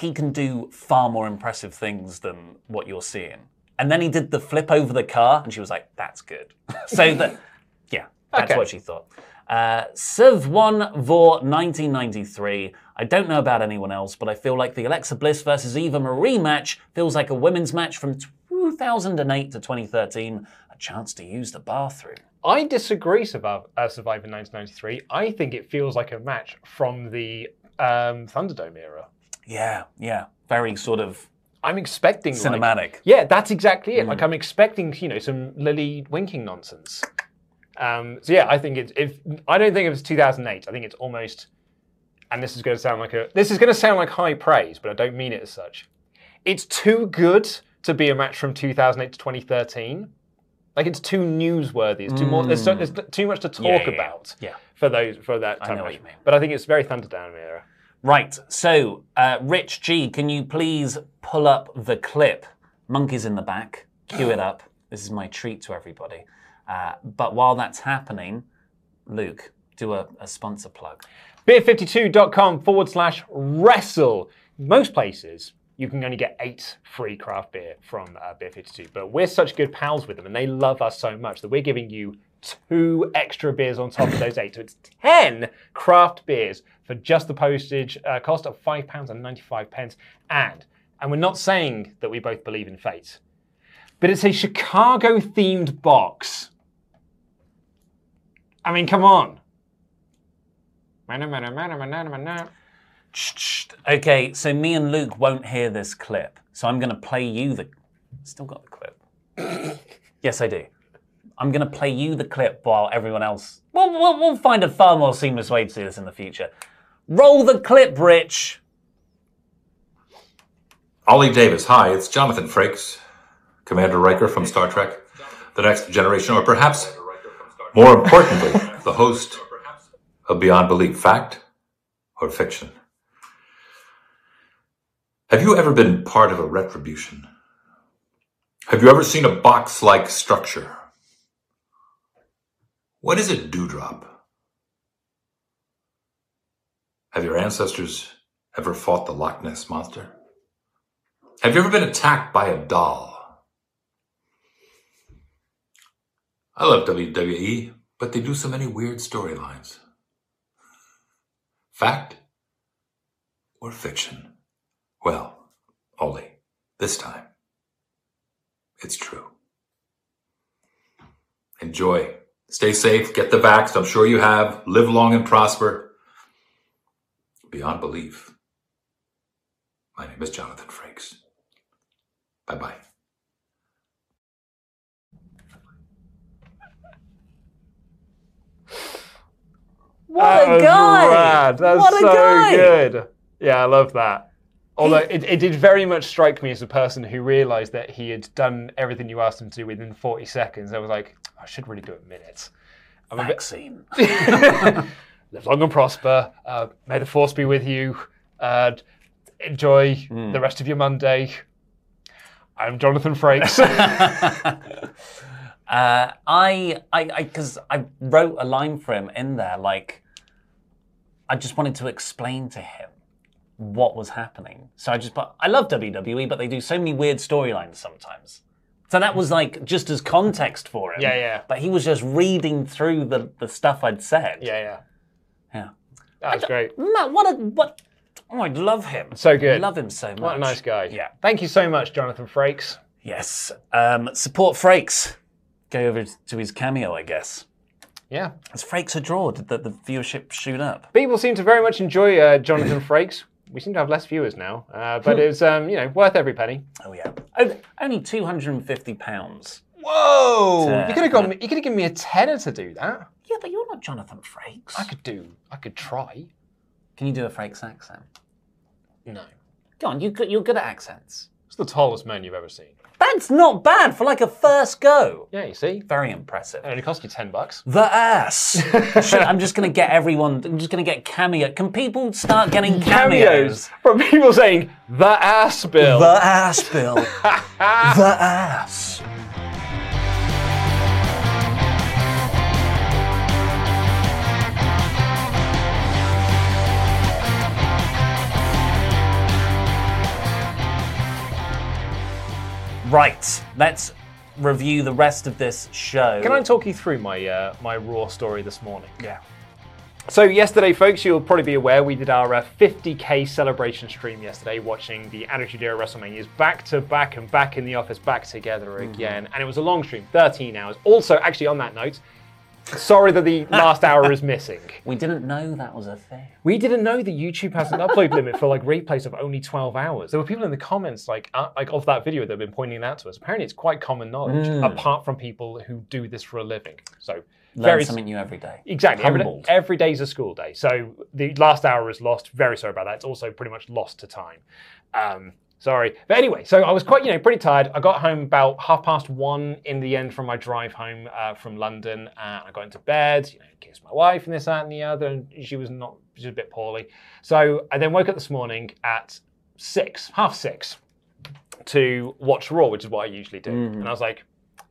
he can do far more impressive things than what you're seeing. And then he did the flip over the car, and she was like, that's good. so that, yeah, that's Okay. what she thought. Uh, Civ 1 Vor 1993. I don't know about anyone else, but I feel like the Alexa Bliss versus Eva Marie match feels like a women's match from 2008 to 2013. A chance to use the bathroom. I disagree. Survive, uh, Survivor 1993. I think it feels like a match from the um, Thunderdome era. Yeah, yeah. Very sort of I'm expecting like- cinematic. Yeah, that's exactly it. Mm. Like I'm expecting, you know, some Lily winking nonsense. Um, so yeah, I think it's if I don't think it was 2008. I think it's almost, and this is going to sound like a this is going to sound like high praise, but I don't mean it as such. It's too good to be a match from 2008 to 2013. Like it's too newsworthy. It's too more. There's, so, there's too much to Mm. talk Yeah, yeah, yeah. about. Yeah. For those for that. I Time know what period. you mean. But I think it's very Thunderdome era. Right. So, uh, Rich G, can you please pull up the clip? Monkey's in the back. Cue it up. This is my treat to everybody. Uh, but while that's happening, Luke, do a, a sponsor plug. Beer52.com forward slash wrestle. Most places you can only get eight free craft beer from uh, Beer 52, but we're such good pals with them and they love us so much that we're giving you two extra beers on top of those eight. So it's 10 craft beers for just the postage uh, cost of £5.95. pence. And, and we're not saying that we both believe in fate, but it's a Chicago themed box. I mean, come on. Manna, manna, manna, manna, manna. Okay, so me and Luke won't hear this clip. So I'm going to play you the. Still got the clip. yes, I do. I'm going to play you the clip while everyone else. We'll, we'll, we'll find a far more seamless way to do this in the future. Roll the clip, Rich. Ollie Davis, hi, it's Jonathan Frakes, Commander Riker from Star Trek, The Next Generation, or perhaps more importantly, the host of Beyond Belief Fact or Fiction. Have you ever been part of a retribution? Have you ever seen a box like structure? What is a dewdrop? Have your ancestors ever fought the Loch Ness Monster? Have you ever been attacked by a doll? I love WWE, but they do so many weird storylines. Fact or fiction? Well, Ollie, this time, it's true. Enjoy. Stay safe. Get the vax. I'm sure you have. Live long and prosper. Beyond belief. My name is Jonathan Frakes. Bye bye. What That a was guy! rad. That's what a so guy! good. Yeah, I love that. Although it, it did very much strike me as a person who realised that he had done everything you asked him to within 40 seconds. I was like, I should really do a minute. Vaccine. Live long and prosper. Uh, may the force be with you. Uh, enjoy Hmm. the rest of your Monday. I'm Jonathan Frakes. Uh, I, I, because I, wrote a line for him in there, like, I just wanted to explain to him what was happening. So I just, put, I love WWE, but they do so many weird storylines sometimes. So that was like just as context for him. Yeah, yeah. But he was just reading through the, the stuff I'd said. yeah, yeah. Yeah. That's great. Matt, what a, what, oh, I love him. So good. I love him so much. What a nice guy. Yeah. Thank you so much, Jonathan Frakes. Yes. Um, support Frakes. Go over to his cameo, I guess. Yeah. It's Frakes a draw? Did the, the viewership shoot up? People seem to very much enjoy uh, Jonathan Frakes. We seem to have less viewers now, uh, but it was, um, you know, worth every penny. Oh yeah. Oh, only two hundred and fifty pounds. Whoa! Uh, you could have gone. You could have given me a tenner to do that. Yeah, but you're not Jonathan Frakes. I could do. I could try. Can you do a Frakes accent? No. Go on, you, go- you're good at accents. It's the tallest man you've ever seen. That's not bad for like a first go. Yeah, you see, Very impressive. it only cost you ten bucks. The ass. Shit, I'm just gonna get everyone. I'm just gonna get cameo. Can people start getting cameos? from people saying the ass bill. The ass, Bill. the ass. Right, let's review the rest of this show. Can I talk you through my uh, my raw story this morning? Yeah. So yesterday, folks, you'll probably be aware we did our uh, 50k celebration stream yesterday, watching the Attitude Era WrestleManias back to back and back in the office, back together again, and it was a long stream, 13 hours. Also, actually, on that note, sorry that the last hour is missing. We didn't know that was a thing. We didn't know that YouTube has an upload limit for like replays of only 12 hours. There were people in the comments like uh, like of that video that have been pointing that to us. Apparently, it's quite common knowledge, apart from people who do this for a living. So Hmm. Learn very something new every day. Exactly. Every day, Humbled. every day's a school day. So the last hour is lost. Very sorry about that. It's also pretty much lost to time. Um, Sorry. But anyway, so I was quite, you know, pretty tired. I got home about half past one in the end from my drive home uh, from London. And I got into bed, you know, kissed my wife and this, that, and the other. And she was not, she was a bit poorly. So I then woke up this morning at six, half six, to watch Raw, which is what I usually do. Mhm. And I was like,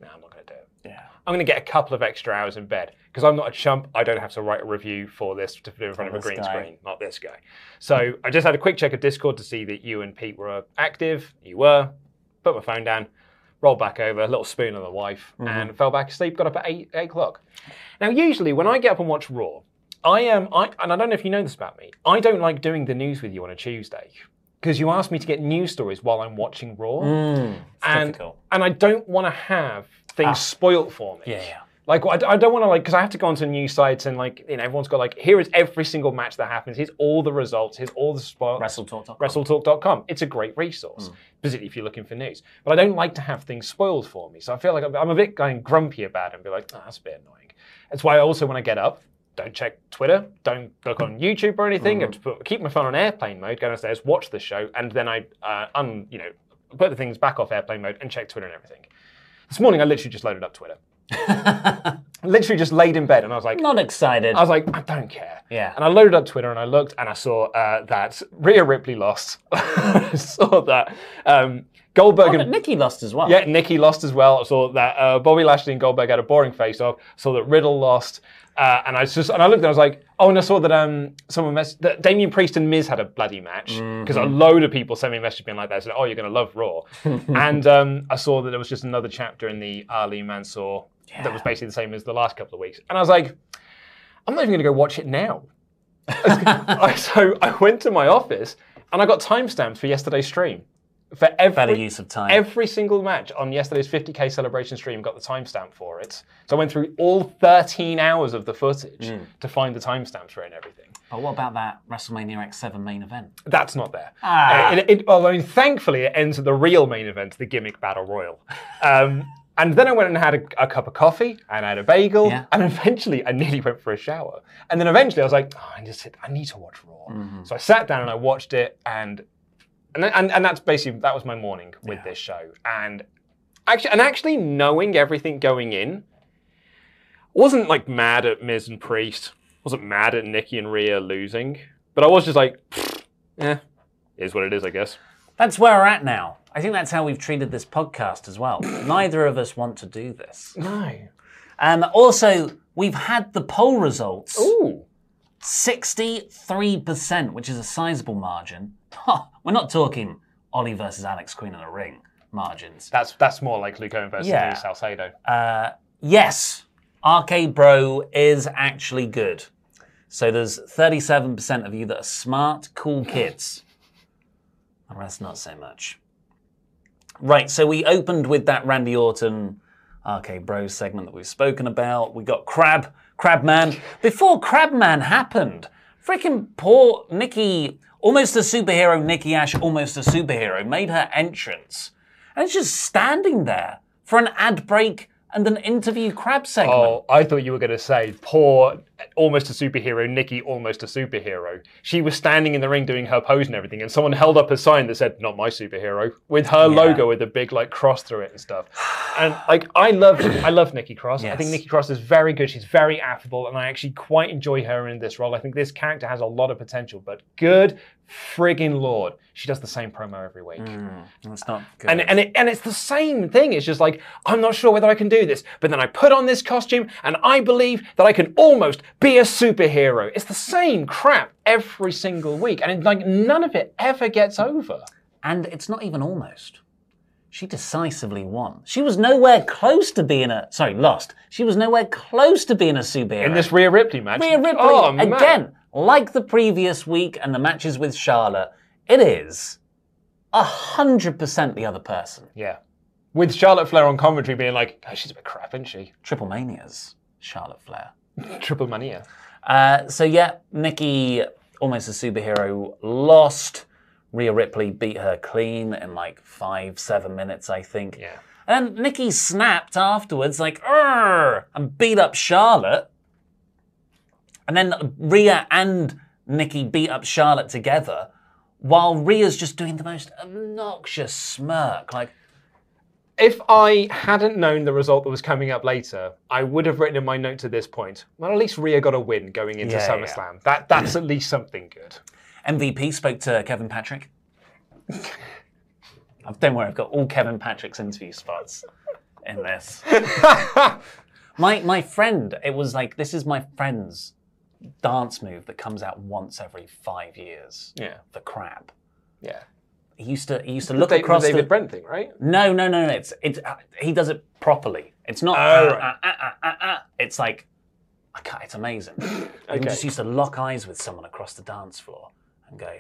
no, I'm not going to do it. Yeah. I'm going to get a couple of extra hours in bed because I'm not a chump. I don't have to write a review for this to do in front of a this green guy. screen, not this guy. So I just had a quick check of Discord to see that you and Pete were active. You were. Put my phone down, rolled back over, a little spoon on the wife, and fell back asleep. Got up at eight, eight o'clock. Now, usually when I get up and watch Raw, I am, I, and I don't know if you know this about me, I don't like doing the news with you on a Tuesday because you asked me to get news stories while I'm watching Raw, Mm, and and I don't want to have things spoilt for me. Ah. Yeah, yeah. Like I, I don't want to like because I have to go onto news sites and like you know everyone's got like here is every single match that happens. Here's all the results. Here's all the spoils. WrestleTalk.com. WrestleTalk.com. It's a great resource, particularly if you're looking for news. But I don't like to have things spoiled for me, so I feel like I'm, I'm a bit going grumpy about it and be like, oh, that's a bit annoying. That's why I also when I get up. Don't check Twitter. Don't look on YouTube or anything. I just put- keep my phone on airplane mode. Go downstairs, watch the show, and then I uh, un you know put the things back off airplane mode and check Twitter and everything. This morning I literally just loaded up Twitter. literally just laid in bed and I was like, Not excited. I was like, I don't care. Yeah. And I loaded up Twitter and I looked and I saw uh, that Rhea Ripley lost. I saw that um, Goldberg Oh, but and Nikki lost as well. yeah, Nikki lost as well. I saw that uh, Bobby Lashley and Goldberg had a boring face off. Saw that Riddle lost. Uh, and I was just and I looked and I was like, oh, and I saw that um someone mess that Damian Priest and Miz had a bloody match because Mm-hmm. a load of people sent me a message being like that, said, oh, you're gonna love Raw, and um, I saw that there was just another chapter in the Ali Mansour that was basically the same as the last couple of weeks, and I was like, I'm not even gonna go watch it now. I- so I went to my office and I got timestamps for yesterday's stream for every Better use of time. Every single match on yesterday's 50k celebration stream got the timestamp for it. So I went through all 13 hours of the footage to find the timestamps for it and everything. But what about that WrestleMania X7 main event? That's not there. Ah. Uh, It, it- well, I mean, thankfully, it ends at the real main event, the gimmick battle royal. Um, and then I went and had a, a cup of coffee and I had a bagel, Yeah. and eventually I nearly went for a shower. And then eventually I was like, oh, I just I need to watch Raw. Mm-hmm. So I sat down and I watched it, and and and, and that's basically that was my morning with this show. And actually, and actually knowing everything going in, wasn't like mad at Miz and Priest. Wasn't mad at Nikki and Rhea losing, but I was just like, yeah, is what it is, I guess. That's where we're at now. I think that's how we've treated this podcast as well. Neither of us want to do this. No. Um, also, we've had the poll results Ooh. 63%, which is a sizable margin. we're not talking Ollie versus Alex Queen in the ring margins. That's that's more like Luke Owen versus Yeah. Luis Salcedo. Yes, Arcade Bro is actually good. So there's 37% of you that are smart, cool kids. And that's not so much. Right, so we opened with that Randy Orton Arcade Bro segment that we've spoken about. We got Crab, Crabman. Before Crabman happened, freaking poor Nikki, almost a superhero, Nikki Ash, almost a superhero, made her entrance. And it's just standing there for an ad break and an interview crab segment. Oh, I thought you were going to say poor, almost a superhero, Nikki, almost a superhero. She was standing in the ring doing her pose and everything, and someone held up a sign that said "Not my superhero" with her logo with a big like cross through it and stuff. And like, I love, I love Nikki Cross. I think Yes. Nikki Cross is very good. She's very affable, and I actually quite enjoy her in this role. I think this character has a lot of potential, but good friggin' lord, she does the same promo every week. Mm. That's not good. And, and, it, and it's the same thing. It's just like, I'm not sure whether I can do this. But then I put on this costume and I believe that I can almost be a superhero. It's the same crap every single week. And it, like none of it ever gets over. And it's not even almost. She decisively won. She was nowhere close to being a sorry, lost. She was nowhere close to being a superhero. In this Rhea Ripley match. Rhea Ripley Oh, man. again, like the previous week and the matches with Charlotte, it is a hundred percent the other person. Yeah. With Charlotte Flair on commentary being like, oh, she's a bit crap, isn't she? Triple Mania's Charlotte Flair. Triple mania. Uh, so yeah, Nikki, almost a superhero, lost. Rhea Ripley beat her clean in like five, seven minutes, I think. Yeah. And then Nikki snapped afterwards, like, "Arr!" and beat up Charlotte. And then Rhea and Nikki beat up Charlotte together. while Ria's just doing the most obnoxious smirk. Like, If I hadn't known the result that was coming up later, I would have written in my note to this point. Well, at least Rhea got a win going into Yeah, yeah. SummerSlam. That that's at least something good. MVP spoke to Kevin Patrick. Oh, Don't worry, I've got all Kevin Patrick's interview spots in this. my my friend, it was like this is my friend's dance move that comes out once every five years. Yeah. The crap. Yeah. He used to he used to look the Da- the across David the, Brent thing, right? No, no, no, no. It's it's uh, he does it properly. It's not. Oh, uh, right. uh, uh, uh, uh, uh. It's like, I can't, it's amazing. You Okay. just used to lock eyes with someone across the dance floor and go.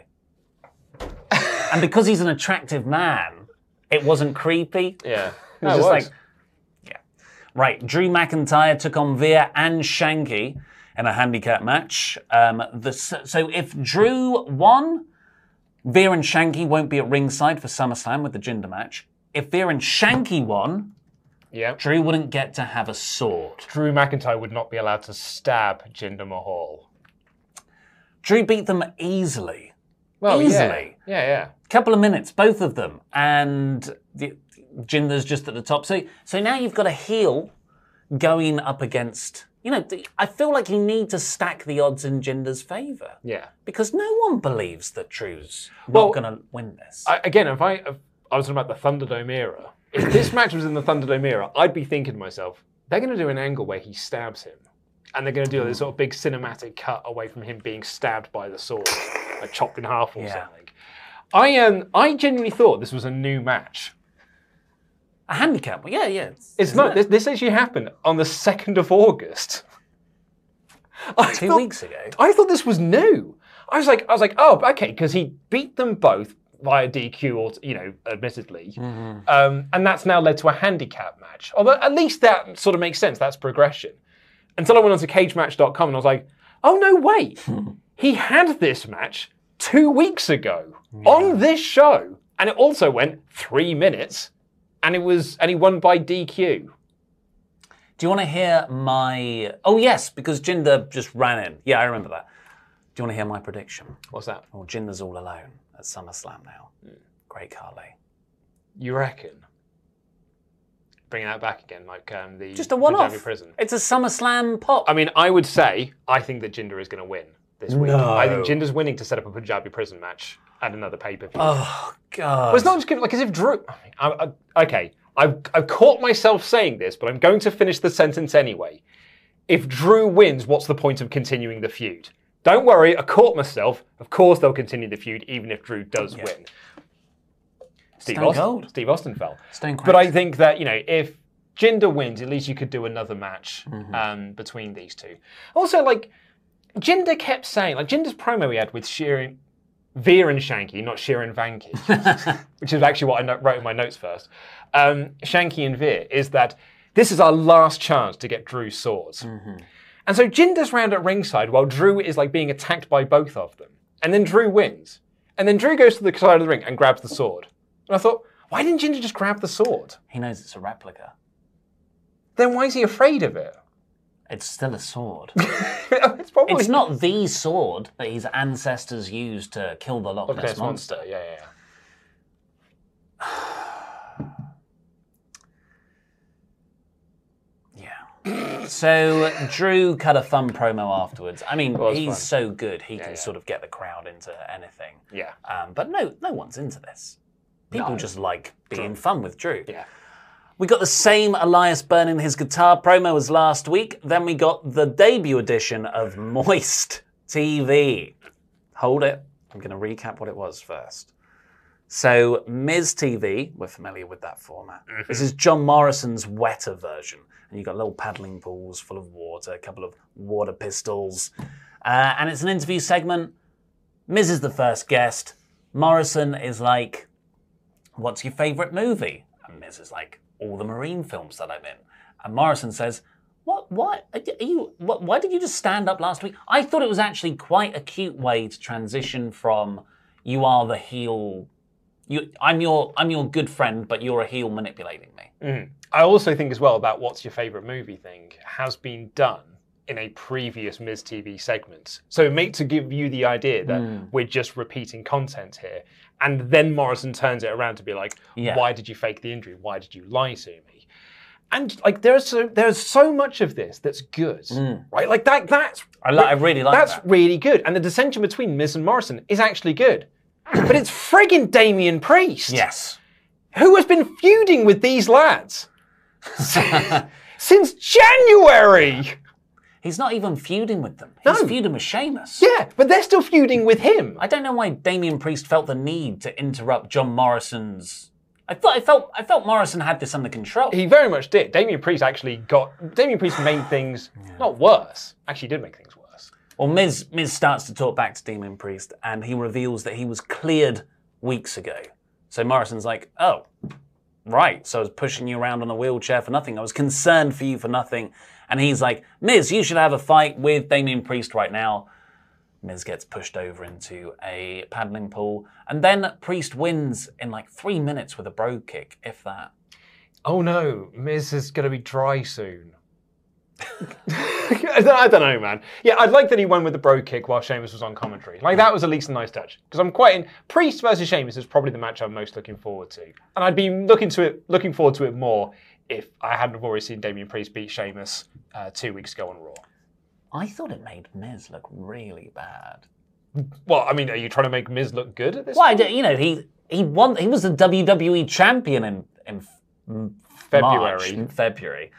and because he's an attractive man, it wasn't creepy. Yeah. It was No, it just was. like, yeah. Right, Drew McIntyre took on Veer and Shanky in a handicap match. Um, the, so so if Drew won, Veer and Shanky won't be at ringside for SummerSlam with the Jinder match. If Veer and Shanky won, Yeah. Drew wouldn't get to have a sword. Drew McIntyre would not be allowed to stab Jinder Mahal. Drew beat them easily. Well, easily. Yeah. yeah, yeah. couple of minutes, both of them, and the, Jinder's just at the top. So, so now you've got a heel going up against. You know, th- I feel like you need to stack the odds in Jinder's favour Yeah. because no one believes that Drew's not Well, going to win this. I, again, if I if I was talking about the Thunderdome era, if this match was in the Thunderdome era, I'd be thinking to myself, they're going to do an angle where he stabs him, and they're going to do this sort of big cinematic cut away from him being stabbed by the sword, like chopped in half or Yeah. something. I um, I genuinely thought this was a new match. a handicap? Well, yeah, yeah. It's, It's not. This, this actually happened on the second of August. I two thought- weeks ago. I thought this was new. I was like, I was like, oh, okay, because he beat them both via DQ, or you know, admittedly, Mm-hmm. um, and that's now led to a handicap match. Although at least that sort of makes sense. That's progression. Until I went onto CageMatch.com and I was like, oh no, wait, he had this match two weeks ago on this show, and it also went three minutes, and it was, and he won by DQ. Do you want to hear my? Oh yes, because Jinder just ran in. Yeah, I remember that. Do you want to hear my prediction? What's that? Well, Jinder's all alone at SummerSlam now. Hmm. Great Carly. You reckon? Bringing that back again, like um, the Just a one-off. the Derby prison. It's a SummerSlam pop. I mean, I would say I think that Jinder is going to win this week. No. I think Jinder's winning to set up a Punjabi prison match at another pay per view. Oh God! but it's not just gonna- like as if Drew. I mean, I, I, okay, I've, I've caught myself saying this, but I'm going to finish the sentence anyway. If Drew wins, what's the point of continuing the feud? Don't worry, I caught myself. Of course, they'll continue the feud even if Drew does win. Steve Stone Austin. Cold. Steve Austin fell. Stone But I Cold. think that you know if Jinder wins, at least you could do another match Mm-hmm. um, between these two. Also, like Jinder kept saying, like Jinder's promo he had with Sheeran, Veer and Shanky, not Sheeran Vanky, which is actually what I no- wrote in my notes first. Um, Shanky and Veer is that this is our last chance to get Drew's Mm. swords. And so Jinder's round at ringside while Drew is like being attacked by both of them. And then Drew wins. And then Drew goes to the side of the ring and grabs the sword. And I thought, why didn't Jinder just grab the sword? he knows it's a replica. Then why is he afraid of it? It's still a sword. it's probably it's not the sword that his ancestors used to kill the Loch Ness, Loch Ness monster. monster. Yeah, yeah, yeah. Yeah. So Drew cut a fun promo afterwards. I mean, Well, it's he's fun. so good he can yeah. sort of get the crowd into anything. Yeah. Um, but no, no one's into this. People No. just like being fun with Drew. Yeah. We got the same Elias burning his guitar promo as last week. Then we got the debut edition of Moist TV. Hold it. I'm going to recap what it was first. So, Ms. TV, we're familiar with that format. This is John Morrison's wetter version. And you've got little paddling pools full of water, a couple of water pistols. Uh, and it's an interview segment. Miz is the first guest. Morrison is like, What's your favourite movie? And Miz is like, All the Marine films that I'm in. And Morrison says, What? What? Are you, what why did you just stand up last week? I thought it was actually quite a cute way to transition from you are the heel. You, I'm your I'm your good friend, but you're a heel Mm-hmm. manipulating me. Mm. I also think as well that what's your favourite movie thing has been done in a previous Ms. TV segment. So it makes to give you the idea that Hmm. we're just repeating content here. And then Morrison turns it around to be like, Yeah. why did you fake the injury? Why did you lie to me? And like there's so there's so much of this that's good, right? Like that that's Mm. I li- I really like that's that. really good. And the dissension between Miz and Morrison is actually good, but it's friggin' Damien Priest Yes. who has been feuding with these lads si- since January. He's not even feuding with them. No. He's feuding with Sheamus. Yeah, but they're still feuding with him. I don't know why Damien Priest felt the need to interrupt John Morrison's. I thought I felt I felt Morrison had this under control. He very much did. Damien Priest actually got. Damien Priest made things not worse. Actually, did make things worse. Well, Miz Miz starts to talk back to Damien Priest, and he reveals that he was cleared weeks ago. So Morrison's like, "Oh, right. So I was pushing you around on a wheelchair for nothing. I was concerned for you for nothing." And he's like, "Miz, you should have a fight with Damien Priest right now." Miz gets pushed over into a paddling pool, and then Priest wins in like three minutes with a bro kick, if that. Oh no, Miz is going to be dry soon. I don't- I don't know, man. Yeah, I'd like that he won with the bro kick while Sheamus was on commentary. Like that was at least a nice touch because I'm quite in Priest versus Sheamus is probably the match I'm most looking forward to, and I'd be looking to it, looking forward to it more if I hadn't have already seen Damien Priest beat Sheamus uh, two weeks ago on Raw. I thought it made Miz look really bad. Well, I mean, are you trying to make Miz look good at this? Well, I don't- you know, he he won. He was the WWE E champion in in f- February. March, February.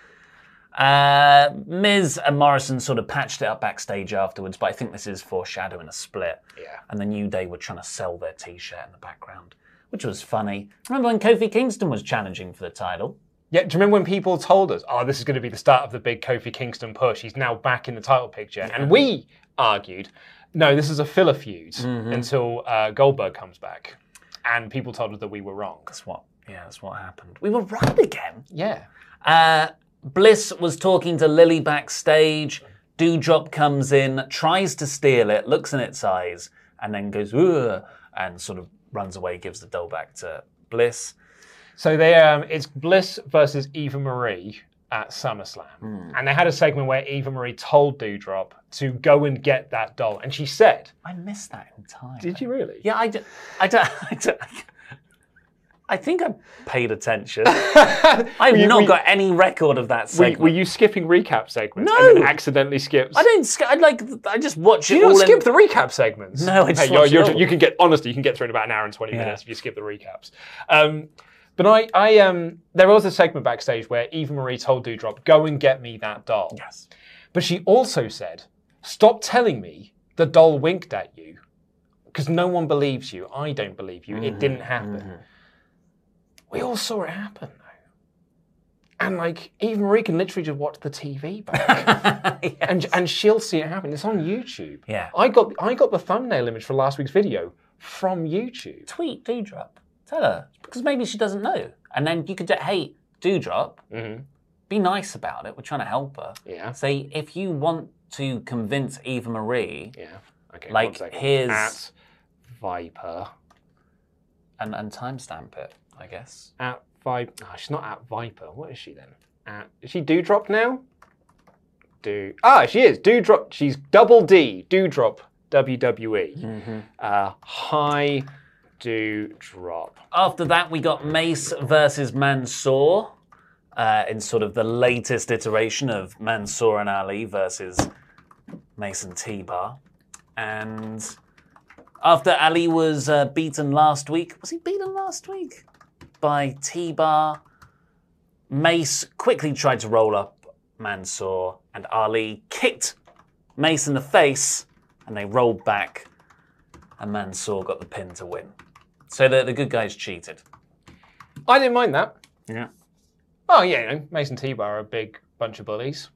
Uh, Miz and Morrison sort of patched it up backstage afterwards, but I think this is foreshadowing a split. Yeah. And the New Day were trying to sell their T-shirt in the background, which was funny. Remember when Kofi Kingston was challenging for the title? Yeah, do you remember when people told us, oh, this is going to be the start of the big Kofi Kingston push? He's now back in the title picture. And we argued, no, this is a filler feud Mm-hmm. until uh, Goldberg comes back. And people told us that we were wrong. That's what. Yeah, that's what happened. We were right again. Yeah. Uh, Bliss was talking to Lily backstage. Dewdrop comes in, tries to steal it, looks in its eyes, and then goes, Ugh, and sort of runs away, gives the doll back to Bliss. So they, um, it's Bliss versus Eva Marie at SummerSlam. Hmm. And they had a segment where Eva Marie told Dewdrop to go and get that doll. And she said, I missed that entirely. Did you really? Yeah, I don't. I, do, I, do, I think I paid attention. I've you- not were you- got any record of that Were, segment. were you skipping recap segments No! and then accidentally skipped? I don't. sk- I like. I just watch Do it you not all. skip in, the recap segments? No, I just hey, you're, watch it you're- all. you can get honestly, you can get through in about an hour and twenty Yeah. minutes if you skip the recaps. Um, but I, I um, there was a segment backstage where Eva Marie told Dewdrop, "Go and get me that doll." Yes. But she also said, "Stop telling me the doll winked at you, because no one believes you. I don't believe you. Mm-hmm, It didn't happen." We all saw it happen though, and like Eva Marie can literally just watch the TV back. and and she'll see it happen. It's on YouTube. Yeah. I got I got the thumbnail image for last week's video from YouTube. tweet Dewdrop. Tell her because maybe she doesn't know, and then you could do, hey Dewdrop, Mm-hmm. be nice about it. We're trying to help her. Yeah. Say if you want to convince Eva Marie Yeah. Okay. Like one second. his- at Viper and and timestamp it, I guess. at Viper. Oh, she's not at Viper. What is she then? At is she Dewdrop now? Do ah she is Dewdrop. She's double D Dewdrop Mm-hmm. WWE. Uh, high Dewdrop. After that, we got Mace versus Mansoor uh, in sort of the latest iteration of Mansoor and Ali versus Mace and T-Bar, and. After Ali was uh, beaten last week, was he beaten last week? by T Bar. Mace quickly tried to roll up Mansoor, and Ali kicked Mace in the face, and they rolled back, and Mansoor got the pin to win. So the, the good guys cheated. I didn't mind that. Yeah. Oh yeah, you know, Mason T-Bar are a big bunch of bullies,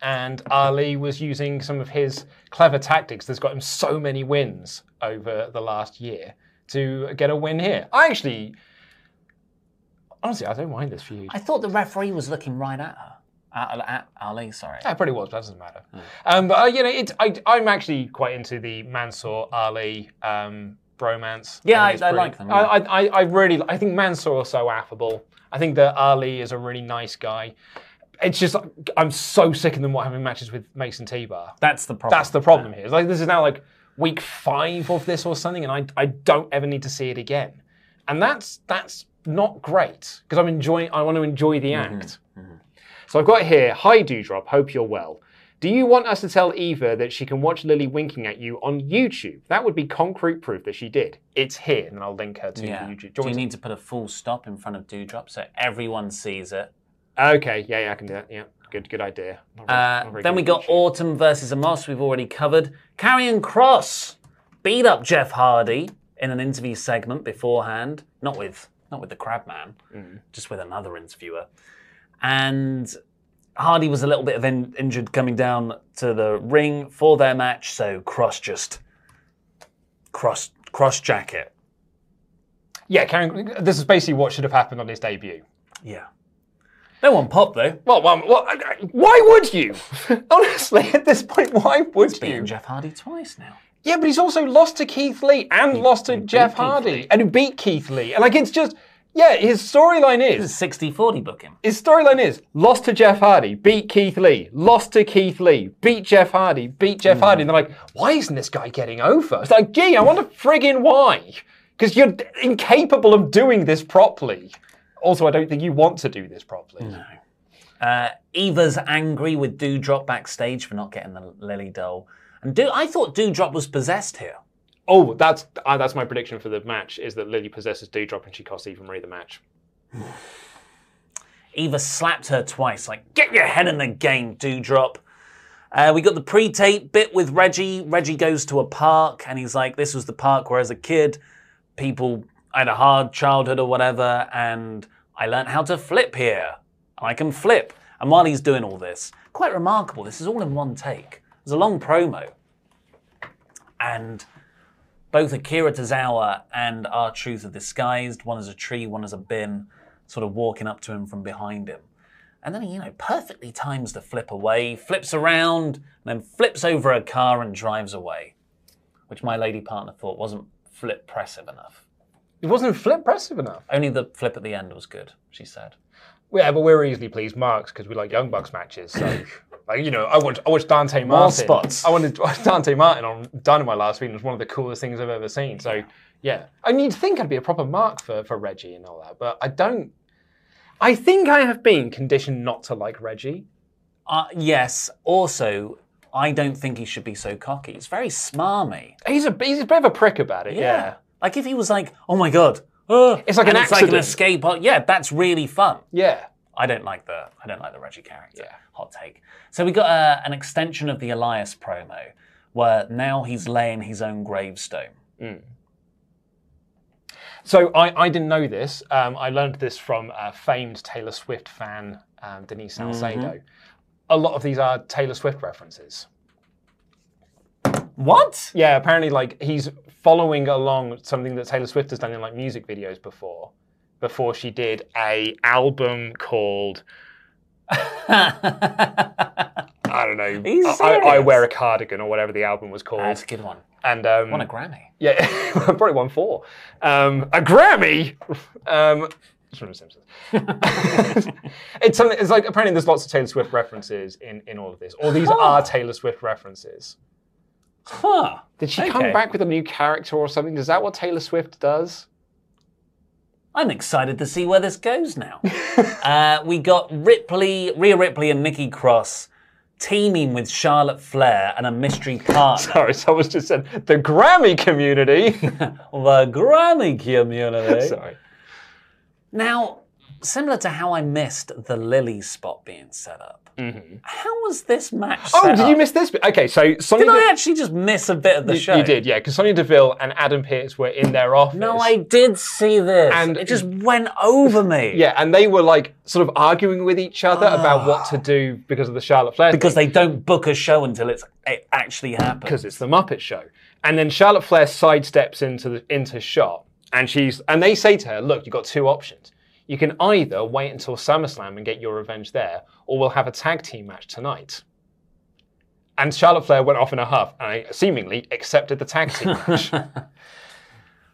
and Ali was using some of his clever tactics that's got him so many wins over the last year to get a win here. I actually, honestly, I don't mind this feud. I thought the referee was looking right at her. At, at Ali, sorry. Yeah, it probably was, but that doesn't matter. Hmm. Um, but uh, you know, it, I, I'm actually quite into the Mansoor Ali um, bromance. Yeah, think I- it's I pretty- like them, yeah. I, I, I- I really, I think Mansoor is so affable. I think that Ali is a really nice guy. it's just like, I'm so sick of them having matches with Mason T-Bar. That's the problem. That's the problem here. It's like this is now like week five of this or something, and I I don't ever need to see it again, and that's that's not great because I'm enjoying. I want to enjoy the Mm-hmm, act. So I've got here. Hi, Dewdrop. Hope you're well. Do you want us to tell Eva that she can watch Lily winking at you on YouTube? That would be concrete proof that she did. It's here, and then I'll link her to Yeah. the YouTube. Do you need to put a full stop in front of Dewdrop so everyone sees it? Okay, yeah, yeah, I can do that. Yeah, good, good idea. Not very- Uh, not very then good we at got Autumn versus Amos, we've already covered. Carrion Cross beat up Jeff Hardy in an interview segment beforehand, not with not with the Crabman, just with another interviewer. And Hardy was a little bit of in, injured coming down to the ring for their match, so Cross just cross cross jacket. Yeah, Karen, this is basically what should have happened on his debut. Yeah. No one popped though. Well, well, well I- I- why would you? Honestly, at this point, why would you? Beaten Jeff Hardy twice now. Yeah, but he's also lost to Keith Lee and lost to Jeff Keith Hardy and who beat Keith Lee. And like, it's just, yeah, his storyline This is is 60-40 booking. his storyline is lost to Jeff Hardy, beat Keith Lee, lost to Keith Lee, beat Jeff Hardy, beat Hmm. Jeff Hardy. And they're like, why isn't this guy getting over? It's like, gee, I wonder friggin' why. Because you're d- incapable of doing this properly. Also, I don't think you want to do this properly. Uh, Eva's angry with Dewdrop backstage for not getting the Lily doll. And Do- I thought Dewdrop was possessed here. Oh, that's uh, that's my prediction for the match is that Lily possesses Dewdrop and she costs Eva Marie the match. Eva slapped her twice, like, get your head in the game, Dewdrop. Uh, we got the pre tape bit with Reggie. Reggie goes to a park and he's like, this was the park where as a kid, people I had a hard childhood or whatever, and I learnt how to flip here. I can flip. And while he's doing all this, quite remarkable, this is all in one take. There's a long promo. And both Akira Tozawa and R Truth are disguised. One is a tree, one is a bin, sort of walking up to him from behind him. And then he, you know, perfectly times the flip away, flips around, and then flips over a car and drives away. Which my lady partner thought wasn't flip pressive enough. It wasn't flip impressive enough. Only the flip at the end was good, she said. Yeah, but we're easily pleased marks because we like Young Bucks matches. So, like you know, I watched I watched Dante Martin. spots. I wanted Dante Martin on Dynamite last week. and It was one of the coolest things I've ever seen. So yeah, I mean, you'd think I'd be a proper mark for for Reggie and all that, but I don't. I think I have been conditioned not to like Reggie. Uh, yes, also, I don't think he should be so cocky. It's very smarmy. He's a he's a bit of a prick about it. Yeah. yeah. Like if he was like, oh my god, uh, It's like and an it's like an accident. escape. pod- Yeah, that's really fun. yeah. I don't like the I don't like the Reggie character. Yeah. Hot take. So we got uh, an extension of the Elias promo, where now he's laying his own gravestone. So I, I didn't know this. Um, I learned this from a famed Taylor Swift fan, um, Denise Salcedo. Mm-hmm. A lot of these are Taylor Swift references. What? Yeah, apparently, like he's following along something that Taylor Swift has done in like music videos before. Before she did a album called I don't know, He's I, I, I serious? wear a cardigan or whatever the album was called. That's a good one. and um, Won a Grammy. Yeah, probably won four. Um, a Grammy. Um, it's from The Simpsons. it's something. It's like apparently there's lots of Taylor Swift references in in all of this, or these are Taylor Swift references. Huh. Did she Okay. come back with a new character or something? Is that what Taylor Swift does? I'm excited to see where this goes now. uh, we got Ripley, Rhea Ripley, and Nikki Cross teaming with Charlotte Flair and a mystery partner. Sorry, someone's just said the Grammy community. the Grammy community. Sorry. Now, similar to how I missed the Lily spot being set up, how was this match Mm-hmm. Oh, set did up? you miss this? bit? Okay, so Sonya Did I De- actually just miss a bit of the you- show? you did, yeah, because Sonya Deville and Adam Pearce were in their office. No, I did see this. And And- it just went over me. Yeah, and they were like sort of arguing with each other about what to do Ah. because of the Charlotte Flair. Because they don't book a show until it's it actually happens. because it's the Muppet Show. And then Charlotte Flair sidesteps into the into shot, and she's and they say to her, "Look, you've got two options. You can either wait until SummerSlam and get your revenge there, or we'll have a tag team match tonight." And Charlotte Flair went off in a huff, and I seemingly accepted the tag team match.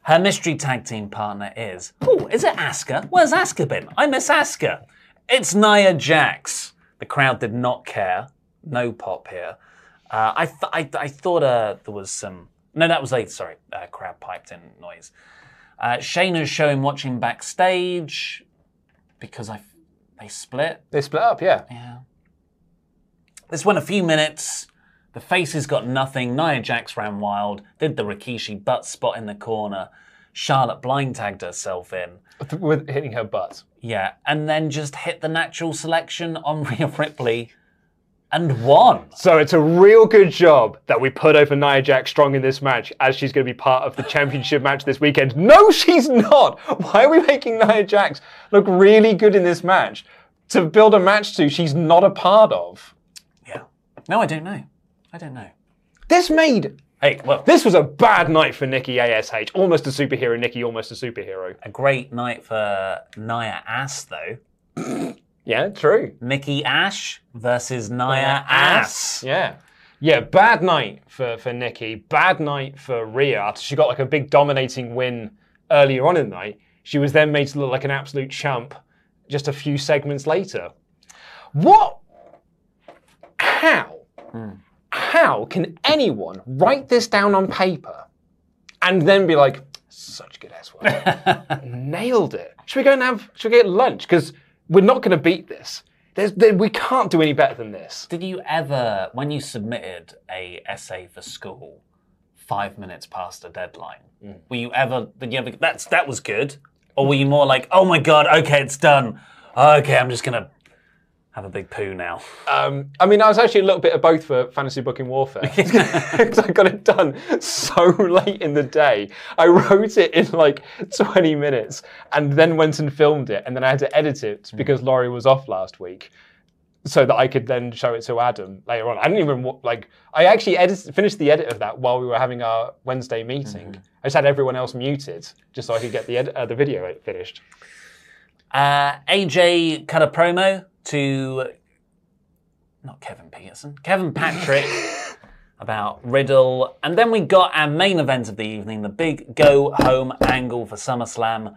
Her mystery tag team partner is. Oh, is it Asuka? Where's Asuka been? I miss Asuka. It's Nia Jax. The crowd did not care. No pop here. Uh, I, th- I, I thought uh, there was some. No, that was later. Sorry, uh, crowd piped in noise. Uh, Shayna's showing watching backstage because I f- they split. They split up, yeah. Yeah. This went a few minutes. The faces got nothing. Nia Jax ran wild, did the Rikishi butt spot in the corner. Charlotte blind tagged herself in. With hitting her butt. Yeah, and then just hit the natural selection on Rhea Ripley and won. So it's a real good job that we put over Nia Jax strong in this match, as she's going to be part of the championship match this weekend. No, she's not. Why are we making Nia Jax look really good in this match to build a match to she's not a part of? Yeah. No, I don't know. I don't know. This made. Hey, well, This was a bad night for Nikki ASH. Almost a superhero, Nikki, almost a superhero. a great night for Nia Ass, though. Yeah, true. Nikki Ash versus Nia Ass. Yeah. Yeah, bad night for, for Nikki. Bad night for Rhea. After she got like a big dominating win earlier on in the night, she was then made to look like an absolute chump just a few segments later. What? How? How can anyone write this down on paper and then be like, such good ass work? Nailed it. Should we go and have, should we get lunch? Because we're not going to beat this. There's, there, we can't do any better than this. Did you ever, when you submitted a essay for school, five minutes past a deadline, were you ever? Did you ever? That's that was good, or were you more like, oh my god, okay, it's done. Okay, I'm just gonna have a big poo now. Um, I mean, I was actually a little bit of both for Fantasy Booking Warfare because I got it done so late in the day. I wrote it in like 20 minutes and then went and filmed it, and then I had to edit it because Laurie was off last week, so that I could then show it to Adam later on. I didn't even wa- like. I actually edited, finished the edit of that while we were having our Wednesday meeting. I just had everyone else muted just so I could get the ed- uh, the video finished. Uh, AJ cut a promo to not Kevin Peterson, Kevin Patrick about Riddle, and then we got our main event of the evening, the big go home angle for SummerSlam.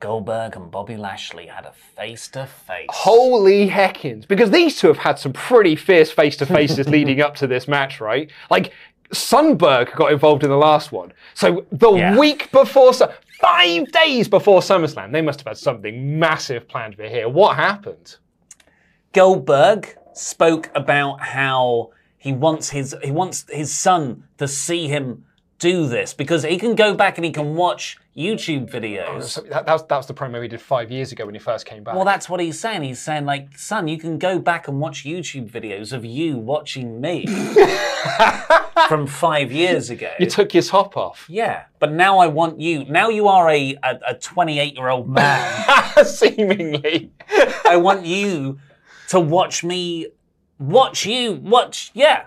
Goldberg and Bobby Lashley had a face to face. Holy heckins. Because these two have had some pretty fierce face to faces leading up to this match, right? Like, Sunberg got involved in the last one. So the Yeah. week before, Su- five days before SummerSlam, they must have had something massive planned for here. What happened? Goldberg spoke about how he wants his he wants his son to see him do this because he can go back and he can watch YouTube videos. So that, that, was, that was the promo he did five years ago when he first came back. Well, that's what he's saying. He's saying, like, son, you can go back and watch YouTube videos of you watching me from five years ago. you took your top off. yeah, but now I want you. Now you are a a, a 28 year old man. Seemingly. I want you to watch me, watch you, watch. Yeah,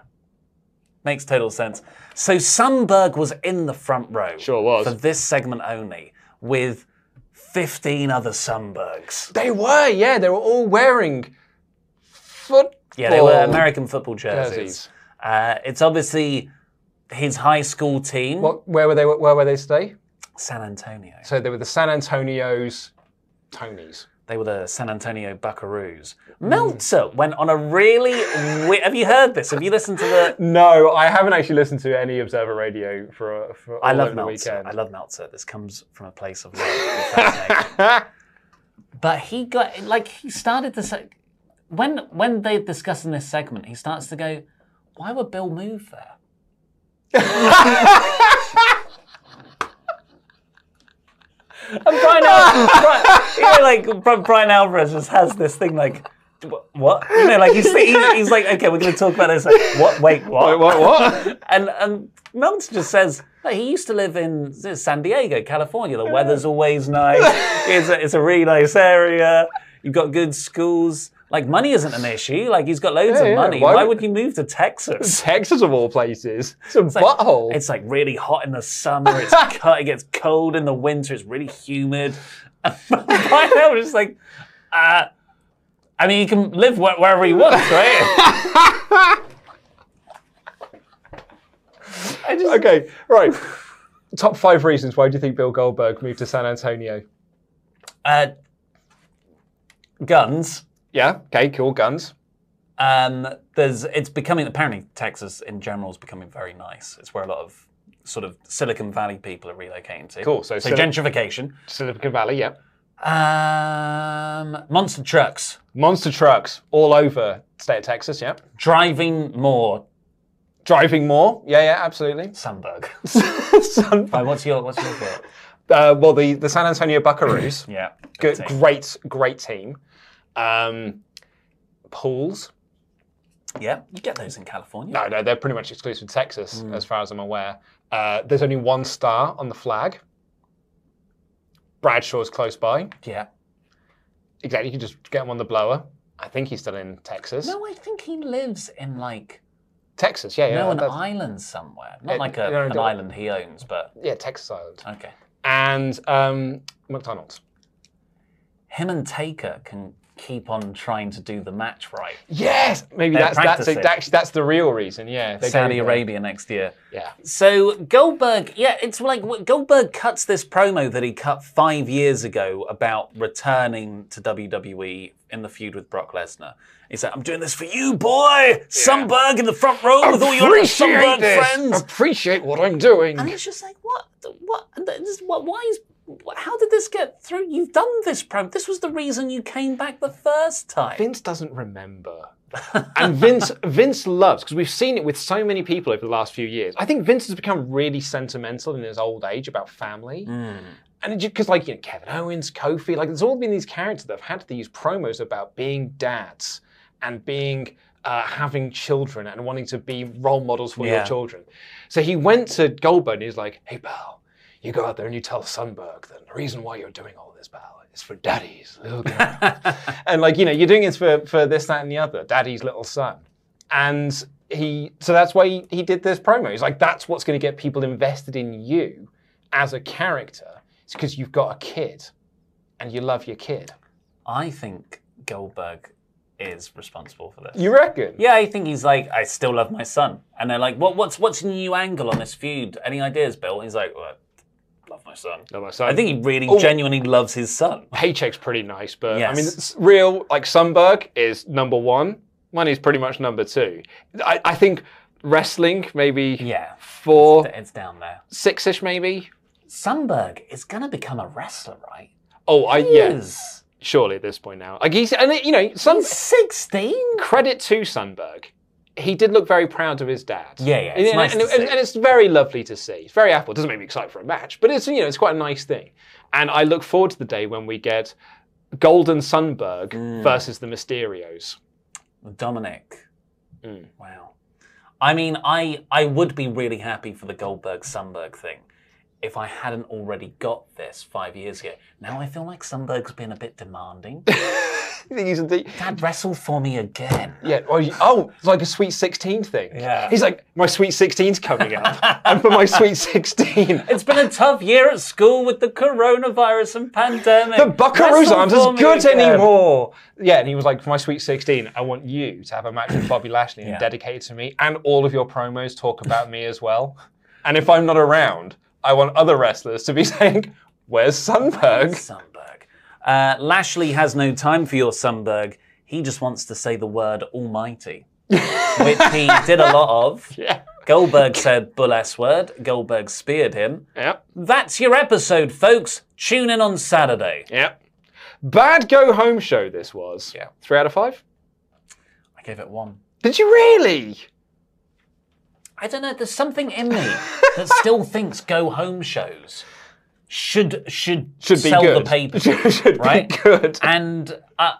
makes total sense. So Sundberg was in the front row. Sure was. for this segment only with 15 other Sunbergs. They were, yeah. They were all wearing football. Yeah, they were American football jerseys. Oh. jerseys. Uh, it's obviously his high school team, What, where were they? Where were they today? San Antonio. So they were the San Antonio's Tonys. They were the San Antonio Buckaroos. Meltzer went on a really. wi- Have you heard this? Have you listened to the? No, I haven't actually listened to any Observer Radio for, for I all love over the Meltzer. weekend. I love Meltzer. This comes from a place of love. and fascination. but he got like he started to say when when they're discussing this segment, he starts to go, "Why would Bill move there?" and Brian, Al- Bri- you know, like Bri- Brian Alvarez just has this thing like. "Wh- What? You know, like he's, he's, he's like, okay, we're going to talk about this. Like, what? Wait, what? Wait, what? What? And and Meltzer just says "Look, he used to live in San Diego, California. The weather's always nice. It's a, it's a really nice area. You've got good schools. Like money isn't an issue. Like he's got loads Yeah, of yeah. money. Why, Why would would- you move to Texas? Texas of all places. It's a It's like- butthole. It's like really hot in the summer. It's cut. It gets cold in the winter. It's really humid. And I was just like, uh, I mean, he can live wh- wherever he wants, right? okay, right. Top five reasons why do you think Bill Goldberg moved to San Antonio? uh, guns. Yeah. Okay. Cool. Guns. Um, there's, it's becoming apparently Texas in general is becoming very nice. It's where a lot of sort of Silicon Valley people are relocating to. Cool, so Sil- gentrification. Silicon Valley, yeah. Um, monster trucks Monster trucks all over state of Texas, yeah. driving more Driving more, yeah, yeah, absolutely. Sunberg. Sun- Right, what's your what's your thought? uh, well, the, the San Antonio Buckaroos, Yeah. good, that's it. great, great team. Um, pools, Yeah, you get those in California. no, no, they're pretty much exclusive to Texas, Hmm. as far as I'm aware. Uh, there's only one star on the flag. Bradshaw's close by. Yeah. Exactly, you can just get him on the blower. I think he's still in Texas. No, I think he lives in like Texas, yeah, yeah. no an that's- island somewhere. Not Yeah, like no, no, a, an don't- island he owns, but Yeah, Texas Island. okay. And um, McDonald's. Him and Taker can keep on trying to do the match right. Yes, maybe They're that's that's it. practicing. That's, that's the real reason. Yeah, they're Saudi going there. Arabia next year. Yeah, So Goldberg, yeah, it's like w- Goldberg cuts this promo that he cut five years ago about returning to WWE in the feud with Brock Lesnar. He said, "I'm doing this for you, boy, Sunberg in the front row with all your other Sunberg friends." Appreciate what I'm doing. And it's just like, what, what, this, what why is, wh- how did this get through? You've done this promo. This was the reason you came back the first time. Vince doesn't remember. and Vince Vince loves because we've seen it with so many people over the last few years. I think Vince has become really sentimental in his old age about family. And because like you know, Kevin Owens, Kofi, like there's all been these characters that have had these promos about being dads and being uh, having children and wanting to be role models for your Yeah. children. So he went to Goldberg and he's like, "Hey pal, you go out there and you tell Sunberg that the reason why you're doing all this, pal, is for daddies, little girl." and like you know you're doing this for for this that and the other daddy's little son and he so that's why he, he did this promo he's like that's what's going to get people invested in you as a character it's because you've got a kid and you love your kid I think Goldberg is responsible for this. you reckon Yeah, I think he's like, I still love my son. And they're like, what, what's what's a new angle on this feud? Any ideas, Bill? And he's like, well, I love my son. Love my son. I think he really Oh. genuinely loves his son. paycheck's pretty nice but i mean Yes. it's real like sunberg is number one money's pretty much number two i, I think wrestling maybe Yeah. four It's down there. six-ish maybe Sunberg is going to become a wrestler, right? oh i He yeah is. surely at this point now like he's and you know some He's 16? credit to Sunberg. He did look very proud of his dad. Yeah, yeah, it's and, and- nice and, to see. and it's very lovely to see. It's very Apple. Doesn't make me excited for a match, but it's you know it's quite a nice thing. And I look forward to the day when we get Golden Sunberg versus the Mysterios. Dominic. Hmm. Wow. I mean, I I would be really happy for the Goldberg Sunberg thing if I hadn't already got this five years ago. Now I feel like Sunberg's been a bit demanding. You think he's a de- Dad, wrestle for me again. yeah. Oh, you- oh, it's like a Sweet Sixteen thing. Yeah. He's like, my Sweet Sixteen's coming up, and for my Sweet Sixteen, It's been a tough year at school with the coronavirus and pandemic. The Buckaroo's Wrestle aren't for as me good again. anymore. Yeah, and he was like, for my Sweet 16, I want you to have a match with Bobby Lashley and Yeah. dedicate it to me, and all of your promos talk about me as well. And if I'm not around, I want other wrestlers to be saying, Where's Sunberg? Sunberg. Uh, Lashley has no time for your Sunberg. He just wants to say the word Almighty, which he did a lot of. Yeah. Goldberg said bull ass word. Goldberg speared him. Yep, That's your episode, folks. Tune in on Saturday. yep. Bad go home show this was. Yeah. Three out of five? I gave it one. Did you really? I don't know. There's something in me that still thinks go home shows should should Should be sell good. the paper, Should be right? good. And uh,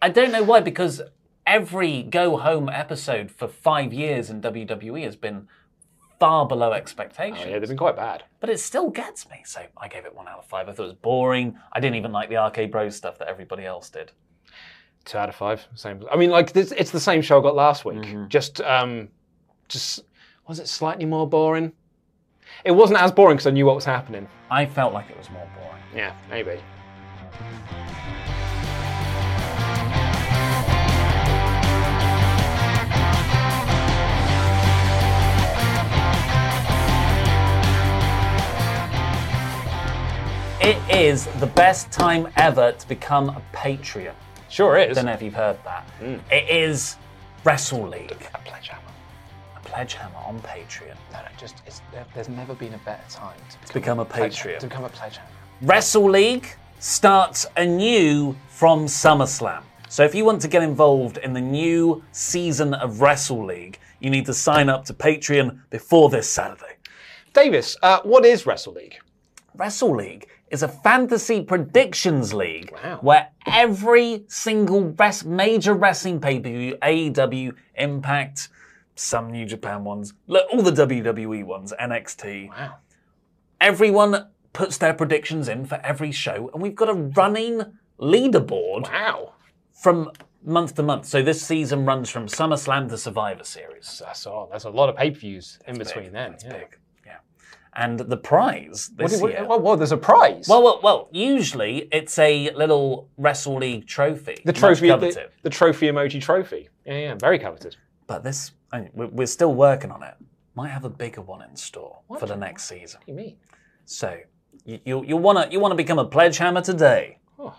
I don't know why, because every go home episode for five years in WWE has been far below expectations. Oh, Yeah, they've been quite bad. But it still gets me. So I gave it one out of five. I thought it was boring. I didn't even like the Arcade Bros stuff that everybody else did. Two out of five. Same. I mean, like this, it's the same show I got last week. Just, um, just was it slightly more boring? It wasn't as boring because I knew what was happening. I felt like it was more boring. Yeah, maybe. It is the best time ever to become a Patreon. Sure is. Hmm. don't know if you've heard that. It is Wrestle League. A pledge hammer. A pledge hammer on Patreon. No, no, just it's, there, there's never been a better time to To become a pledge- Patreon. To become a pledge hammer. Wrestle League starts anew from SummerSlam. So if you want to get involved in the new season of Wrestle League, you need to sign up to Patreon before this Saturday. Davis, uh, what is Wrestle League? Wrestle League is a fantasy predictions league where every single res- major wrestling pay per view, AEW, Impact, some New Japan ones, look, all the WWE ones, NXT. Wow. Everyone puts their predictions in for every show, and we've got a running leaderboard. Wow. From month to month. So this season runs from SummerSlam to Survivor Series. That's all. That's a lot of pay per views in between then. That's big. And the prize What this do- what- year. well, well, there's a prize. Well, well, well. Usually, it's a little Wrestle League trophy. the trophy, much the, coveted. the trophy emoji trophy. Yeah, yeah, very coveted. But this, I mean, we're, we're still working on it. Might have a bigger one in store for the next season. What do you mean? So, you, you, you wanna you wanna become a pledge hammer today. Oh.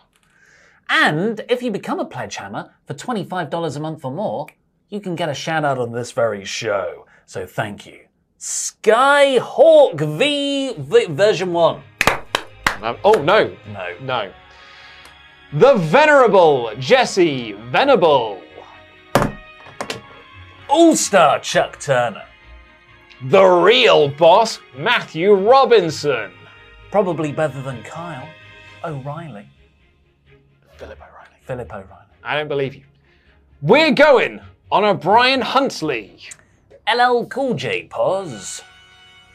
And if you become a pledge hammer for twenty five dollars a month or more, you can get a shout out on this very show. So thank you, Skyhawk v, v version one. Um, oh no, no, no. The venerable Jesse Venable, All Star Chuck Turner, the real boss Matthew Robinson, probably better than Kyle O'Reilly, Philip O'Reilly. Philip O'Reilly. I don't believe you. We're going on a Brian Huntley, LL Cool J Poz.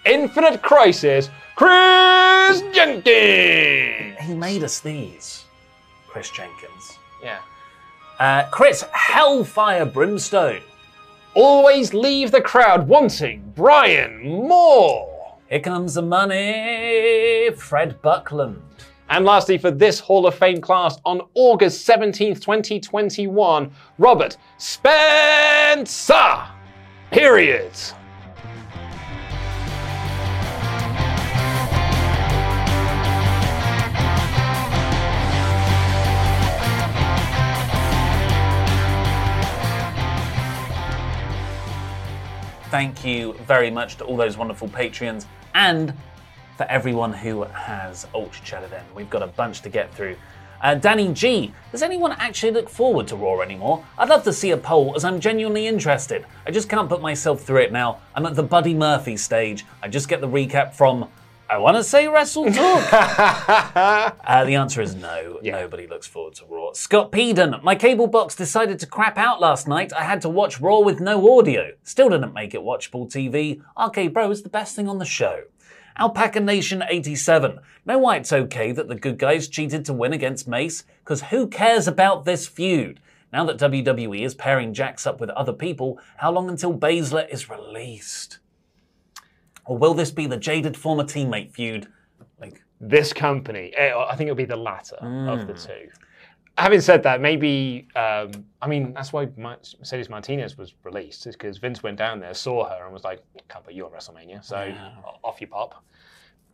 Infinite Crisis, Chris Jenkins. He made us these, Chris Jenkins. Yeah. Uh, Chris Hellfire Brimstone. Always leave the crowd wanting Brian more. Here comes the money, Fred Buckland. And lastly, for this Hall of Fame class on August 17th, 2021, Robert Spencer. Period. Thank you very much to all those wonderful Patreons and for everyone who has Ultra Cheddar then. We've got a bunch to get through. Uh, Danny G, does anyone actually look forward to Raw anymore? I'd love to see a poll as I'm genuinely interested. I just can't put myself through it now. I'm at the Buddy Murphy stage. I just get the recap from, I want to say Wrestle Talk. Uh, the answer is no. Nobody looks forward to Raw. Scott Peden, my cable box decided to crap out last night. I had to watch Raw with no audio. Still didn't make it watchable TV. RK Bro is the best thing on the show. Alpaca Nation 87. Know why it's okay that the good guys cheated to win against Mace? Because who cares about this feud? Now that WWE is pairing Jax up with other people, how long until Baszler is released? Or will this be the jaded former teammate feud? Like, This company, eh, I think it'll be the latter of the two. Having said that, maybe, um, I mean, that's why Ma- Mercedes Martinez was released, is because Vince went down there, saw her, and was like, can't put you on WrestleMania, so o- off you pop.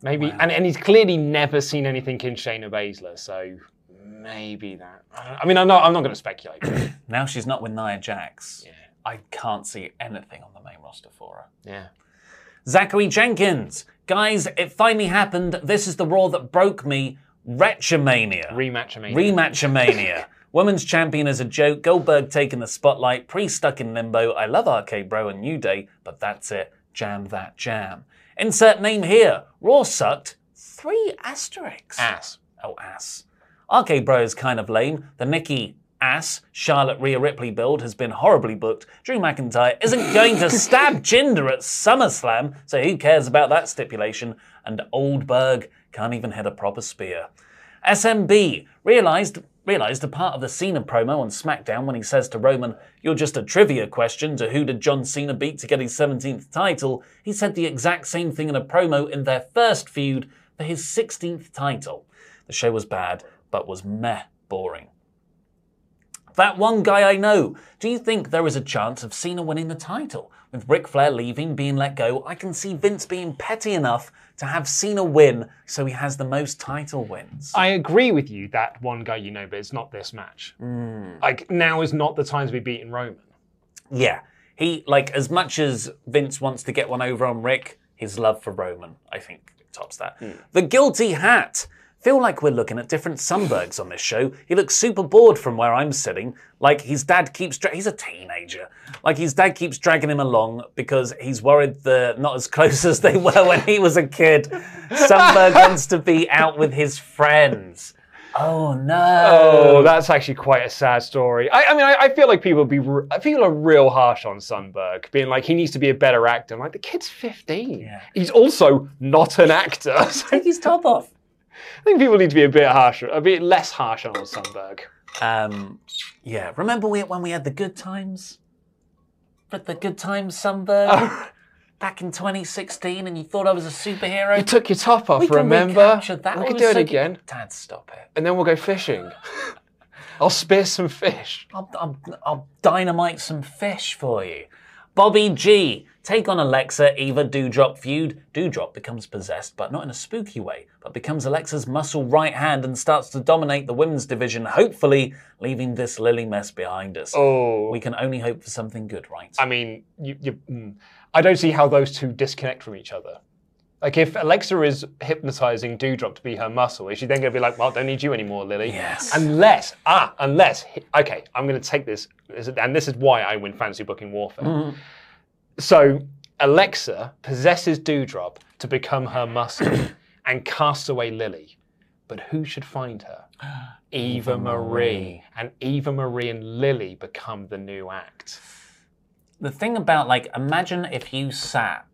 Maybe, and, and he's clearly never seen anything in Shayna Baszler, so maybe that. I, don't- I mean, I'm not, I'm not going to speculate. but Now she's not with Nia Jax. I can't see anything on the main roster for her. yeah. Zachary Jenkins. Guys, it finally happened. This is the Raw that broke me. Retchamania. Rematchamania. Rematchamania. Women's champion is a joke. Goldberg taking the spotlight. Pre stuck in limbo. I love RK Bro and New Day, but that's it. Jam that jam. Insert name here. Raw sucked. Three asterisks. Ass. Oh, ass. RK Bro is kind of lame. The Nikki ass Charlotte Rhea Ripley build has been horribly booked. Drew McIntyre isn't going to stab Jinder at SummerSlam, so who cares about that stipulation? And Oldberg can't even hit a proper spear. SMB realized realized a part of the Cena promo on SmackDown when he says to Roman, "You're just a trivia question to who did John Cena beat to get his 17th title." He said the exact same thing in a promo in their first feud for his 16th title. The show was bad, but was meh boring. That one guy I know. Do you think there is a chance of Cena winning the title? With Ric Flair leaving, being let go, I can see Vince being petty enough to have Cena win so he has the most title wins. I agree with you Mm. that one guy you know, but it's not this match. Like now is not the time to be beating Roman. Yeah. He, like, as much as Vince wants to get one over on Rick, his love for Roman, I think, tops that. The guilty hat. Feel like we're looking at different sunburgs on this show. He looks super bored from where I'm sitting. Like his dad keeps dra- he's a teenager. Like his dad keeps dragging him along because he's worried they're not as close as they were when he was a kid. Sunberg wants to be out with his friends. Oh no! Um, Oh, that's actually quite a sad story. I, I mean, I, I feel like people be r- people are real harsh on Sunberg, being like he needs to be a better actor. I'm like the kid's 15. He's also not an actor. Take his top off. I think people need to be a bit harsher, a bit less harsh on Sunberg. Um, yeah. Remember we, when we had the good times? But the good times, Sunberg? Oh. Back in 2016, and you thought I was a superhero? You took your top off, We can remember? recapture that. We I can was do it so- again. Dad, stop it. And then we'll go fishing. I'll spear some fish. I'll, I'll, I'll dynamite some fish for you. Bobby G. Take on Alexa, Eva Dewdrop feud. Dewdrop becomes possessed, but not in a spooky way, but becomes Alexa's muscle right hand and starts to dominate the women's division, hopefully leaving this lily mess behind us. Oh. We can only hope for something good, right? I mean, you, you, mm. I don't see how those two disconnect from each other. Like, if Alexa is hypnotizing Dewdrop to be her muscle, is she then going to be like, well, don't need you anymore, Lily? Yes. Unless, ah, unless, he- okay, I'm going to take this, this is- and this is why I win Fantasy Booking Warfare. Mhm. So, Alexa possesses Dewdrop to become her muscle and casts away Lily. But who should find her? Eva Marie. And Eva Marie and Lily become the new act. The thing about, like, imagine if you sat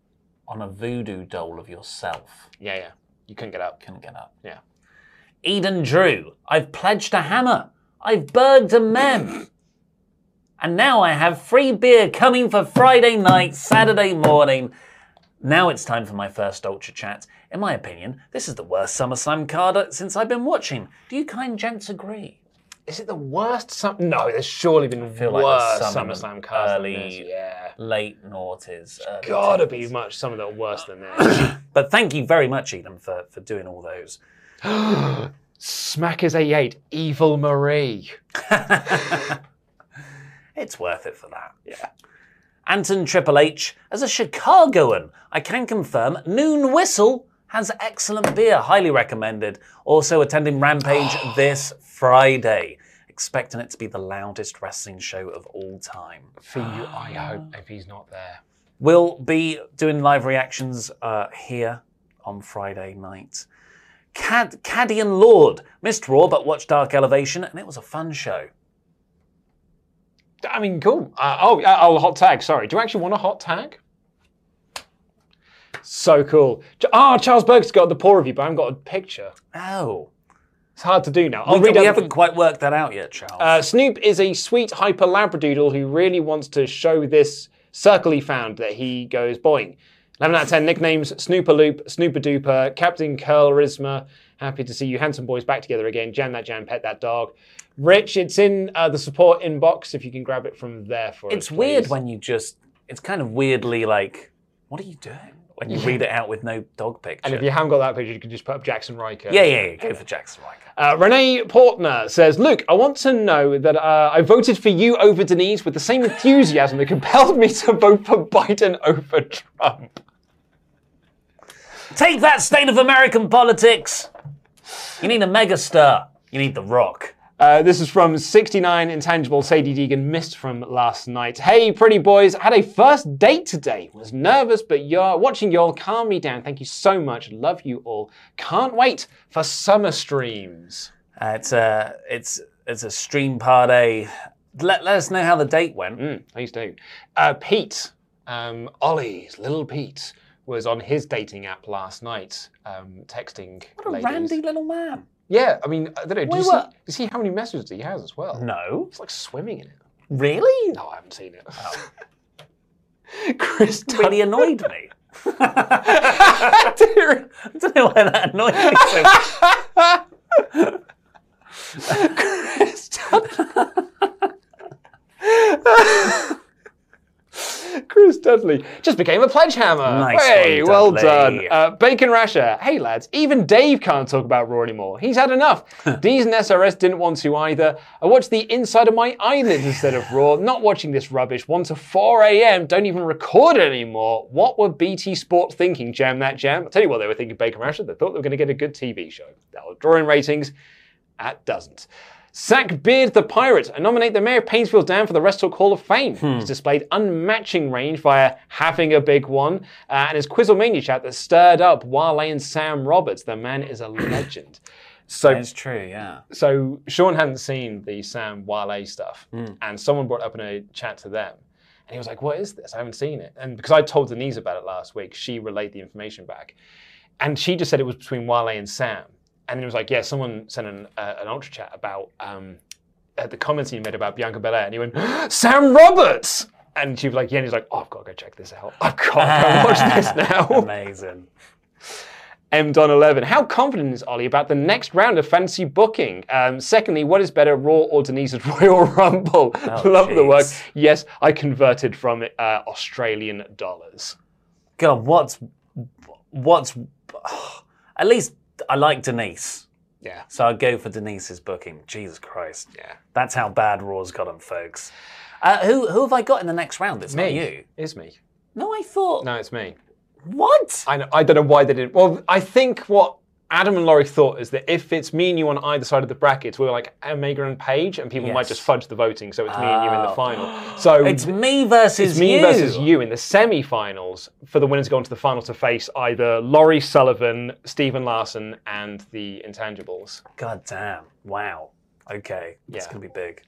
on a voodoo doll of yourself. Yeah, yeah. You couldn't get up. Couldn't get up. Yeah. Eden Drew, I've pledged a hammer. I've burged a mem. And now I have free beer coming for Friday night, Saturday morning. Now it's time for my first Ultra Chat. In my opinion, this is the worst SummerSlam card uh, since I've been watching. Do you kind gents agree? Is it the worst? Sum- no, there's surely been feel like worse there's some SummerSlam cards than early- this. Yeah, Late noughties. early gotta teens. be much some of the worse than this. But thank you very much, Eden, for, for doing all those. Smack is 88, Evil Marie. It's worth it for that. Yeah. Anton Triple H, as a Chicagoan, I can confirm Noon Whistle has excellent beer, highly recommended. Also attending Rampage this Friday. Expecting it to be the loudest wrestling show of all time. For you, I Ah. hope if he's not there. We'll be doing live reactions uh, here on Friday night. Cad- Cadian Lord missed Raw but watched Dark Elevation, and it was a fun show. I mean, cool. Uh, oh, uh, oh, hot tag. Sorry. Do you actually want a hot tag? So cool. Ch- Ah, Charles Burke's got the poor review, but I haven't got a picture. Oh, It's hard to do now. I'll we, read we out the- haven't quite worked that out yet, Charles. Uh, Snoop is a sweet hyper labradoodle who really wants to show this circle he found that he goes boing. 11 out of 10 nicknames Snooper Loop, Snooper Duper, Captain Curlerisma. Happy to see you handsome boys back together again. Jam that jam, pet that dog. Rich, it's in uh, the support inbox if you can grab it from there for us. it's weird please. when you just it's kind of weirdly like what are you doing when you read it out with no dog picture And if you haven't got that picture, you can just put up Jackson Riker. yeah yeah yeah go for jackson Riker. Uh, Renee Portner says, Luke, I want to know that uh, I voted for you over Denise with the same enthusiasm that compelled me to vote for Biden over Trump. take that state of american politics you need a megastar you need the rock Uh, this is from 69 Intangible Sadie Deegan missed from last night. Hey, pretty boys, had a first date today. Was nervous, but you're watching y'all calm me down. Thank you so much. Love you all. Can't wait for summer streams. uh, it's a it's it's a stream party let, let us know how the date went Mm, please do. Uh, Pete, um, Ollie's little Pete, was on his dating app last night, um, texting. what a ladies. randy little man Yeah, I mean, I don't know. Do We you, see, were- do you see how many messages he has as well? no It's like swimming in it. really No, I haven't seen it. Chris really annoyed me Tucker. i don't know why that annoyed me so much. Chris Tucker. Chris Dudley just became a sledgehammer. Nice hey, one, well done. Dudley. Uh, Bacon Rasher. Hey, lads, even Dave can't talk about Raw anymore. He's had enough. Deez and SRS didn't want to either. I watched the inside of my eyelids instead of Raw. Not watching this rubbish. 1 to 4 a.m. Don't even record it anymore. What were BT Sports thinking, Jam That Jam? I'll tell you what they were thinking, Bacon Rasher. They thought they were going to get a good TV show. That'll draw in ratings. That doesn't. Sack Beard the Pirate and nominate the Mayor of Painesville Dam for the Rest Talk Hall of Fame. He's displayed unmatching range via having a big one, uh, and his Quizlemania chat that stirred up Wale and Sam Roberts. The man is a legend. So It's true, yeah. so Sean hadn't seen the Sam Wale stuff, and someone brought up in a chat to them, and he was like, "What is this? I haven't seen it." And because I told Denise about it last week, she relayed the information back, and she just said it was between Wale and Sam, and it was like, "Yeah, someone sent an uh, an ultra chat about um, uh, the comments he made about Bianca Belair," and he went, "Sam Roberts." And she was like, yeah, and he's like, oh, I've got to go check this out. I've got to go watch this now. Amazing. M Don 11. How confident is Ollie about the next round of fantasy booking? Um, secondly, what is better, Raw or Denise's Royal Rumble? Oh, Love the work. jeez. Yes, I converted from uh, Australian dollars. God, what's what's at least I like Denise. Yeah. So I'd go for Denise's booking. Jesus Christ. Yeah. That's how bad Raw's gotten, folks. Uh, who who have I got in the next round? It's not you. It's me. No, I thought No, it's me. what? I, know, I don't know why they didn't. Well, I think what Adam and Laurie thought is that if it's me and you on either side of the brackets, we're like Omega and Page, and people might Yes. Oh. just fudge the voting, so it's me and you in the final. So It's me versus It's me you. versus you in the semi-finals for the winners to go on to the final to face either Laurie Sullivan, Stephen Larson, and the Intangibles, God damn. Wow. Okay. It's Yeah. gonna be big.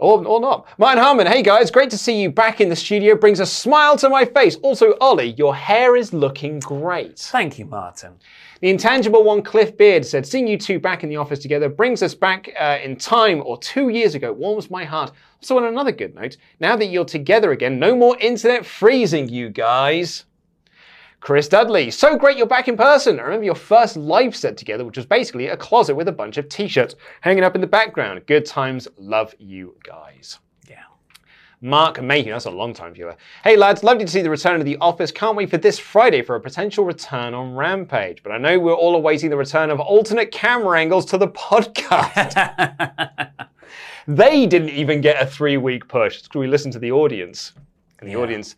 or, or not. Martin Harmon, hey guys, great to see you back in the studio. Brings a smile to my face. Also, Ollie, your hair is looking great. Thank you, Martin. The intangible one, Cliff Beard, said, Seeing you two back in the office together brings us back uh, in time or two years ago, warms my heart. So, on another good note, now that you're together again, no more internet freezing, you guys. Chris Dudley, so great you're back in person. I remember your first live set together, which was basically a closet with a bunch of t shirts hanging up in the background. Good times, love you guys. Mark Mayhew, that's a long time viewer. Hey lads, lovely to see the return of The Office. Can't wait for this Friday for a potential return on Rampage. But I know we're all awaiting the return of alternate camera angles to the podcast. they didn't even get a three week push. It's 'cause we listened to the audience, and the audience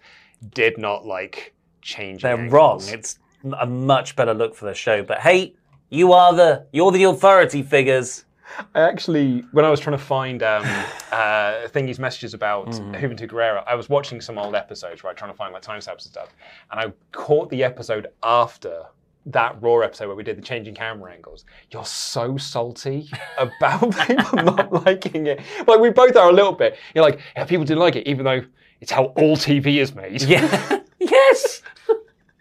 did not like changing. They're angles. wrong. It's a much better look for the show. But hey, you are the you're the authority figures. I actually, when I was trying to find um, uh, Thingy's messages about Mm. Juventud Guerrera, I was watching some old episodes, right, trying to find like timestamps and stuff, and I caught the episode after that Raw episode where we did the changing camera angles. You're so salty about people not liking it. Like we both are a little bit. You're like, yeah, people didn't like it, even though it's how all TV is made. Yeah. yes.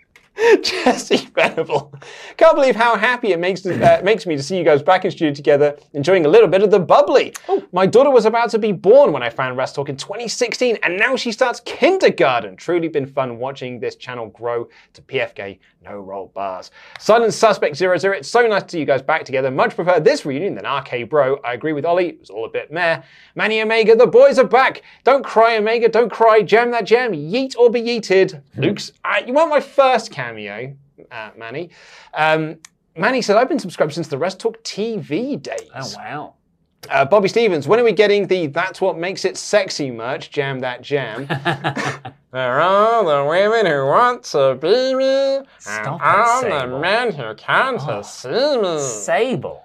Jesse Venable. Can't believe how happy it makes, uh, makes me to see you guys back in studio together, enjoying a little bit of the bubbly. My daughter was about to be born when I found Rest Talk in 2016, and now she starts kindergarten. Truly been fun watching this channel grow to PFK No Roll Bars. Silent Suspect 00, it's so nice to see you guys back together. Much prefer this reunion than RK Bro. I agree with Ollie, it was all a bit meh. Manny Omega, the boys are back. Don't cry, Omega, don't cry. Jam that jam, yeet or be yeeted. Luke's, uh, you want my first cameo, uh, Manny. Um, Manny said, I've been subscribed since the Rest Talk TV days. Oh wow. Uh, Bobby Stevens, when are we getting the That's What Makes It Sexy merch? Jam that jam. there are the women who want to be me, Stop it, and all the Sable. men who can't see me. Mm. Sable.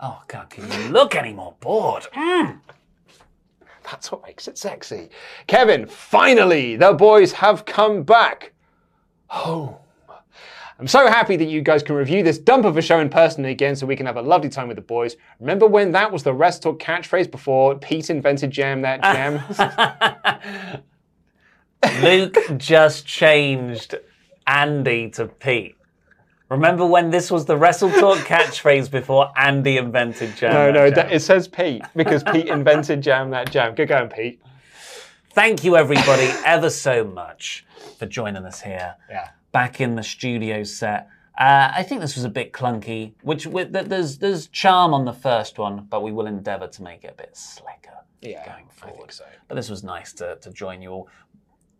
Oh god, can you look any more bored? Mm. That's what makes it sexy. Kevin, finally, the boys have come back home. I'm so happy that you guys can review this dump of a show in person again so we can have a lovely time with the boys. Remember when that was the rest talk catchphrase before Pete invented Jam That Jam? Luke just changed Andy to Pete. Remember when this was the Wrestle Talk catchphrase before Andy invented jam? No, That no, Jam? that, it says Pete because Pete invented jam that jam. Good going, Pete. Thank you, everybody, ever so much for joining us here. Yeah. Back in the studio set. Uh, I think this was a bit clunky, which with, th- there's there's charm on the first one, but we will endeavour to make it a bit slicker Yeah, going forward. so. But this was nice to, to join you all.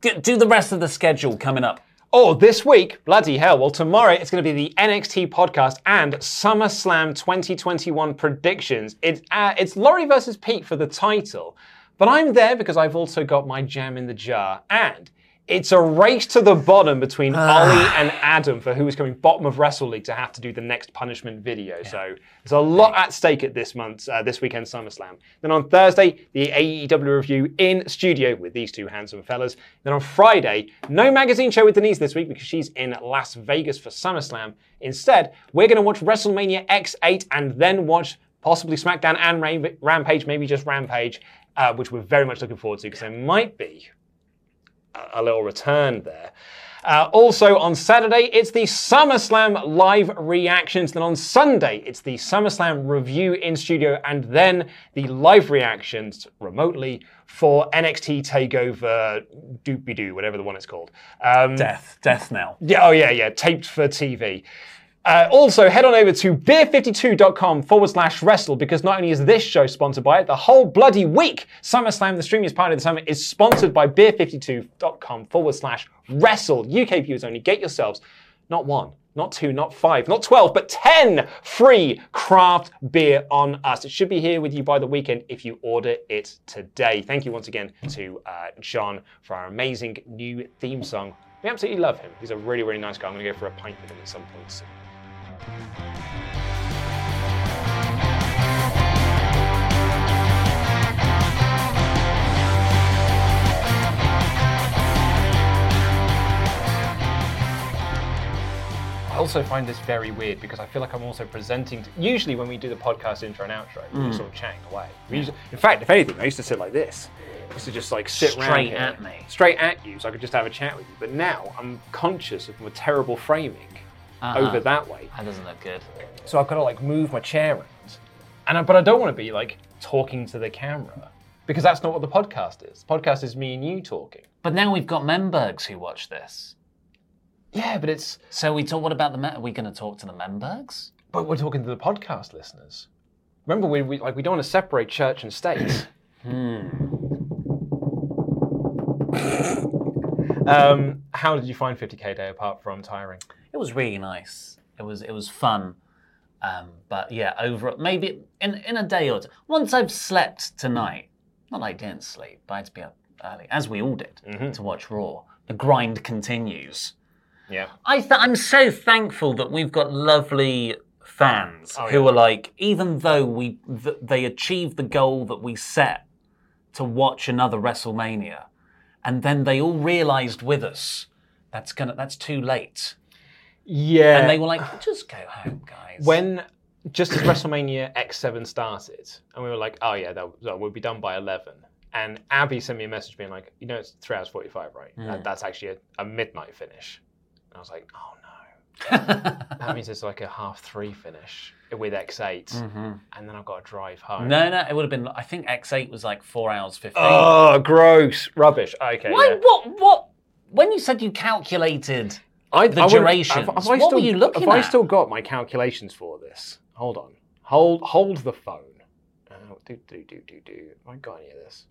Get, do the rest of the schedule coming up. Oh, this week, bloody hell. Well, tomorrow it's going to be the NXT podcast and SummerSlam 2021 predictions. It's, uh, it's Laurie versus Pete for the title. But I'm there because I've also got my jam in the jar. And it's a race to the bottom between Ollie and Adam for who is coming bottom of Wrestle League to have to do the next punishment video. So there's a lot at stake at this month's, uh, this weekend SummerSlam. Then on Thursday, the AEW review in studio with these two handsome fellas. Then on Friday, no magazine show with Denise this week because she's in Las Vegas for SummerSlam. Instead, we're going to watch WrestleMania X8 and then watch possibly SmackDown and Ra- Rampage, maybe just Rampage, uh, which we're very much looking forward to because there might be a- a little return there. Uh, also on Saturday, it's the SummerSlam live reactions. Then on Sunday, it's the SummerSlam review in studio, and then the live reactions remotely for NXT Takeover Doopy Doo, whatever the one it's called. Mm. Um, Death, death now. yeah, oh yeah, yeah, taped for TV. Uh, also, head on over to beer52.com forward slash wrestle because not only is this show sponsored by it, the whole bloody week, SummerSlam, the streamiest part of the summer, is sponsored by beer52.com forward slash wrestle. UK viewers only get yourselves not one, not two, not five, not 12, but 10 free craft beer on us. It should be here with you by the weekend if you order it today. Thank you once again to uh, John for our amazing new theme song. We absolutely love him. He's a really, really nice guy. I'm going to go for a pint with him at some point soon. I also find this very weird because I feel like I'm also presenting. To, usually, when we do the podcast intro and outro, we're Mm. sort of chatting away. We used- in fact, if anything, I used to sit like this. I used to just like sit round Straight here, at me. straight at you, so I could just have a chat with you. But now I'm conscious of my terrible framing Uh-uh. over that way. That doesn't look good. So I've got to like move my chair around. And I, but I don't want to be like talking to the camera because that's not what the podcast is. The podcast is me and you talking. But now we've got Membergs who watch this. Yeah, but it's So we talk. What about the? Me- are we going to talk to the Membergs? but we're talking to the podcast listeners. Remember, we, we like we don't want to separate church and state. Hmm. um, how did you find 50k day apart from tiring? It was really nice. It was it was fun. Um, but yeah, over maybe in in a day or two. Once I've slept tonight, not that I didn't sleep, but I had to be up early, as we all did, Mm-hmm. to watch Raw. The grind continues. Yeah. I th- I'm so thankful that we've got lovely fans Oh, who yeah. are like, even though we th- they achieved the goal that we set to watch another WrestleMania, and then they all realised with us that's gonna that's too late, Yeah. and they were like, just go home, guys. when just as WrestleMania X7 started, and we were like, oh yeah, that, that we'll be done by 11. And Abby sent me a message being like, you know, it's three hours 45, right? Mm. That, that's actually a, a midnight finish. And I was like, oh no. that means it's like a half three finish with X8. And then I've got to drive home. Mm-hmm. no, no, it would have been. I think X8 was like four hours fifteen. Oh, gross. Rubbish. Okay. Why? yeah. What? What? When you said you calculated I, the I wouldn't- durations, have- have I what still- were you looking Have at? I still got my calculations for this? Hold on. Hold hold the phone. Oh, do do do do do. Have I got any of this?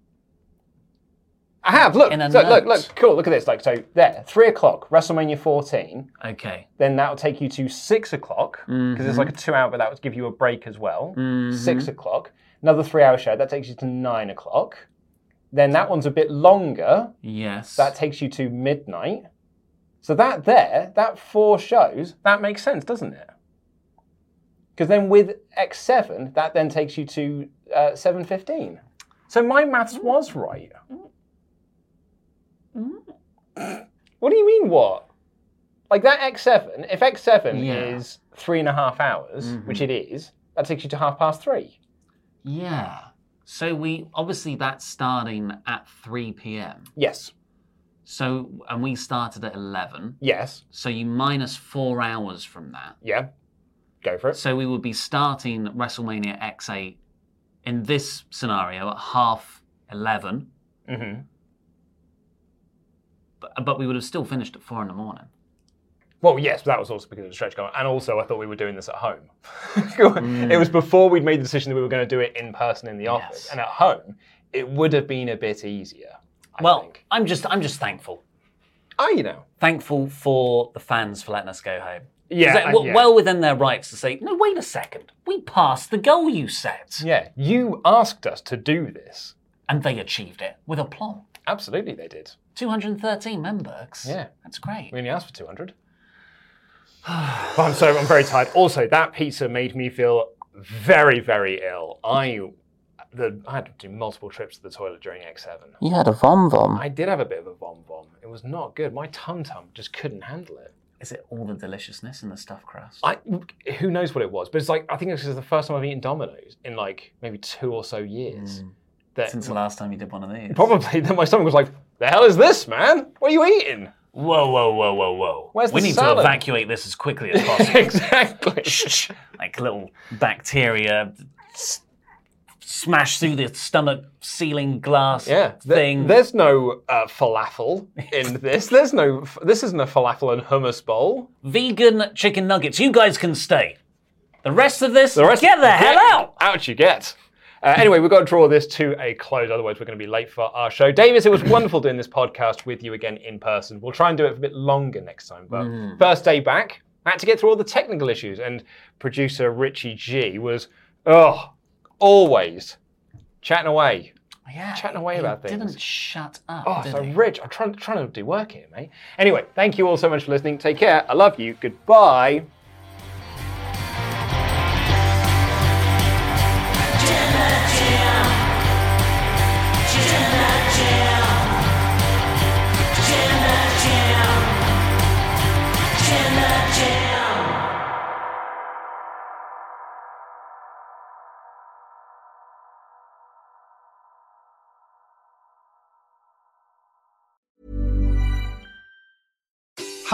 I have. Look, In a look, look, note. look. Cool. Look at this. Like so, there. Three o'clock, WrestleMania 14. Okay. Then that will take you to six o'clock because Mm-hmm. it's like a two-hour, but that would give you a break as well. Six o'clock. Another three-hour show that takes you to nine o'clock. Then that one's a bit longer. Yes. That takes you to midnight. So that there, that four shows, that makes sense, doesn't it? Because then with X7, that then takes you to uh, 7.15. So my maths was right. What do you mean what? Like that X7, if X7 Yeah. is three and a half hours, which it is, that takes you to half past three. Yeah. So we obviously that's starting at 3 p.m. Yes. So and we started at 11. Yes. So you minus 4 hours from that. Yeah. Go for it. So we would be starting WrestleMania X8 in this scenario at half 11, Mm-hmm. but, but we would have still finished at 4 in the morning. Well, yes, but that was also because of the stretch goal, and also I thought we were doing this at home. It was before we'd made the decision that we were going to do it in person in the office, and at home it would have been a bit easier. well, I'm just I'm just thankful. I, you know, thankful for the fans for letting us go home. Yeah, It's like, uh, w- yeah. well within their rights to say, no, wait a second, we passed the goal you set. Yeah, you asked us to do this, and they achieved it with aplomb. Absolutely, they did. 213 members. Yeah. that's great. We only asked for 200. But I'm sorry, I'm very tired. Also, that pizza made me feel very, very ill. I, the, I had to do multiple trips to the toilet during X7. You had a vom vom. I did have a bit of a vom vom. It was not good. My tum tum just couldn't handle it. Is it all the deliciousness in the stuffed crust? I, who knows what it was, but it's like I think this is the first time I've eaten Domino's in like maybe two or so years. That Mm. Since the last time you did one of these. probably that my stomach was like, "The hell is this, man? What are you eating?" Whoa, whoa, whoa, whoa, whoa. Where's we the need salad? to evacuate this as quickly as possible. exactly. like little bacteria s- smash through the stomach ceiling glass Yeah, th- thing. There's no uh, falafel in this. There's no. f- This isn't a falafel and hummus bowl. Vegan chicken nuggets. You guys can stay. The rest of this, The rest- get the hell Yeah, out! Out you get. Uh, anyway, we've got to draw this to a close. Otherwise, we're going to be late for our show. Davis, it was wonderful doing this podcast with you again in person. We'll try and do it for a bit longer next time. But Hmm. Mm. first day back, I had to get through all the technical issues, and producer Richie G was, oh, always chatting away. Yeah, chatting away he about things. Didn't shut up. Oh, did so he? rich. I'm trying, trying to do work here, mate. Anyway, thank you all so much for listening. Take care. I love you. Goodbye.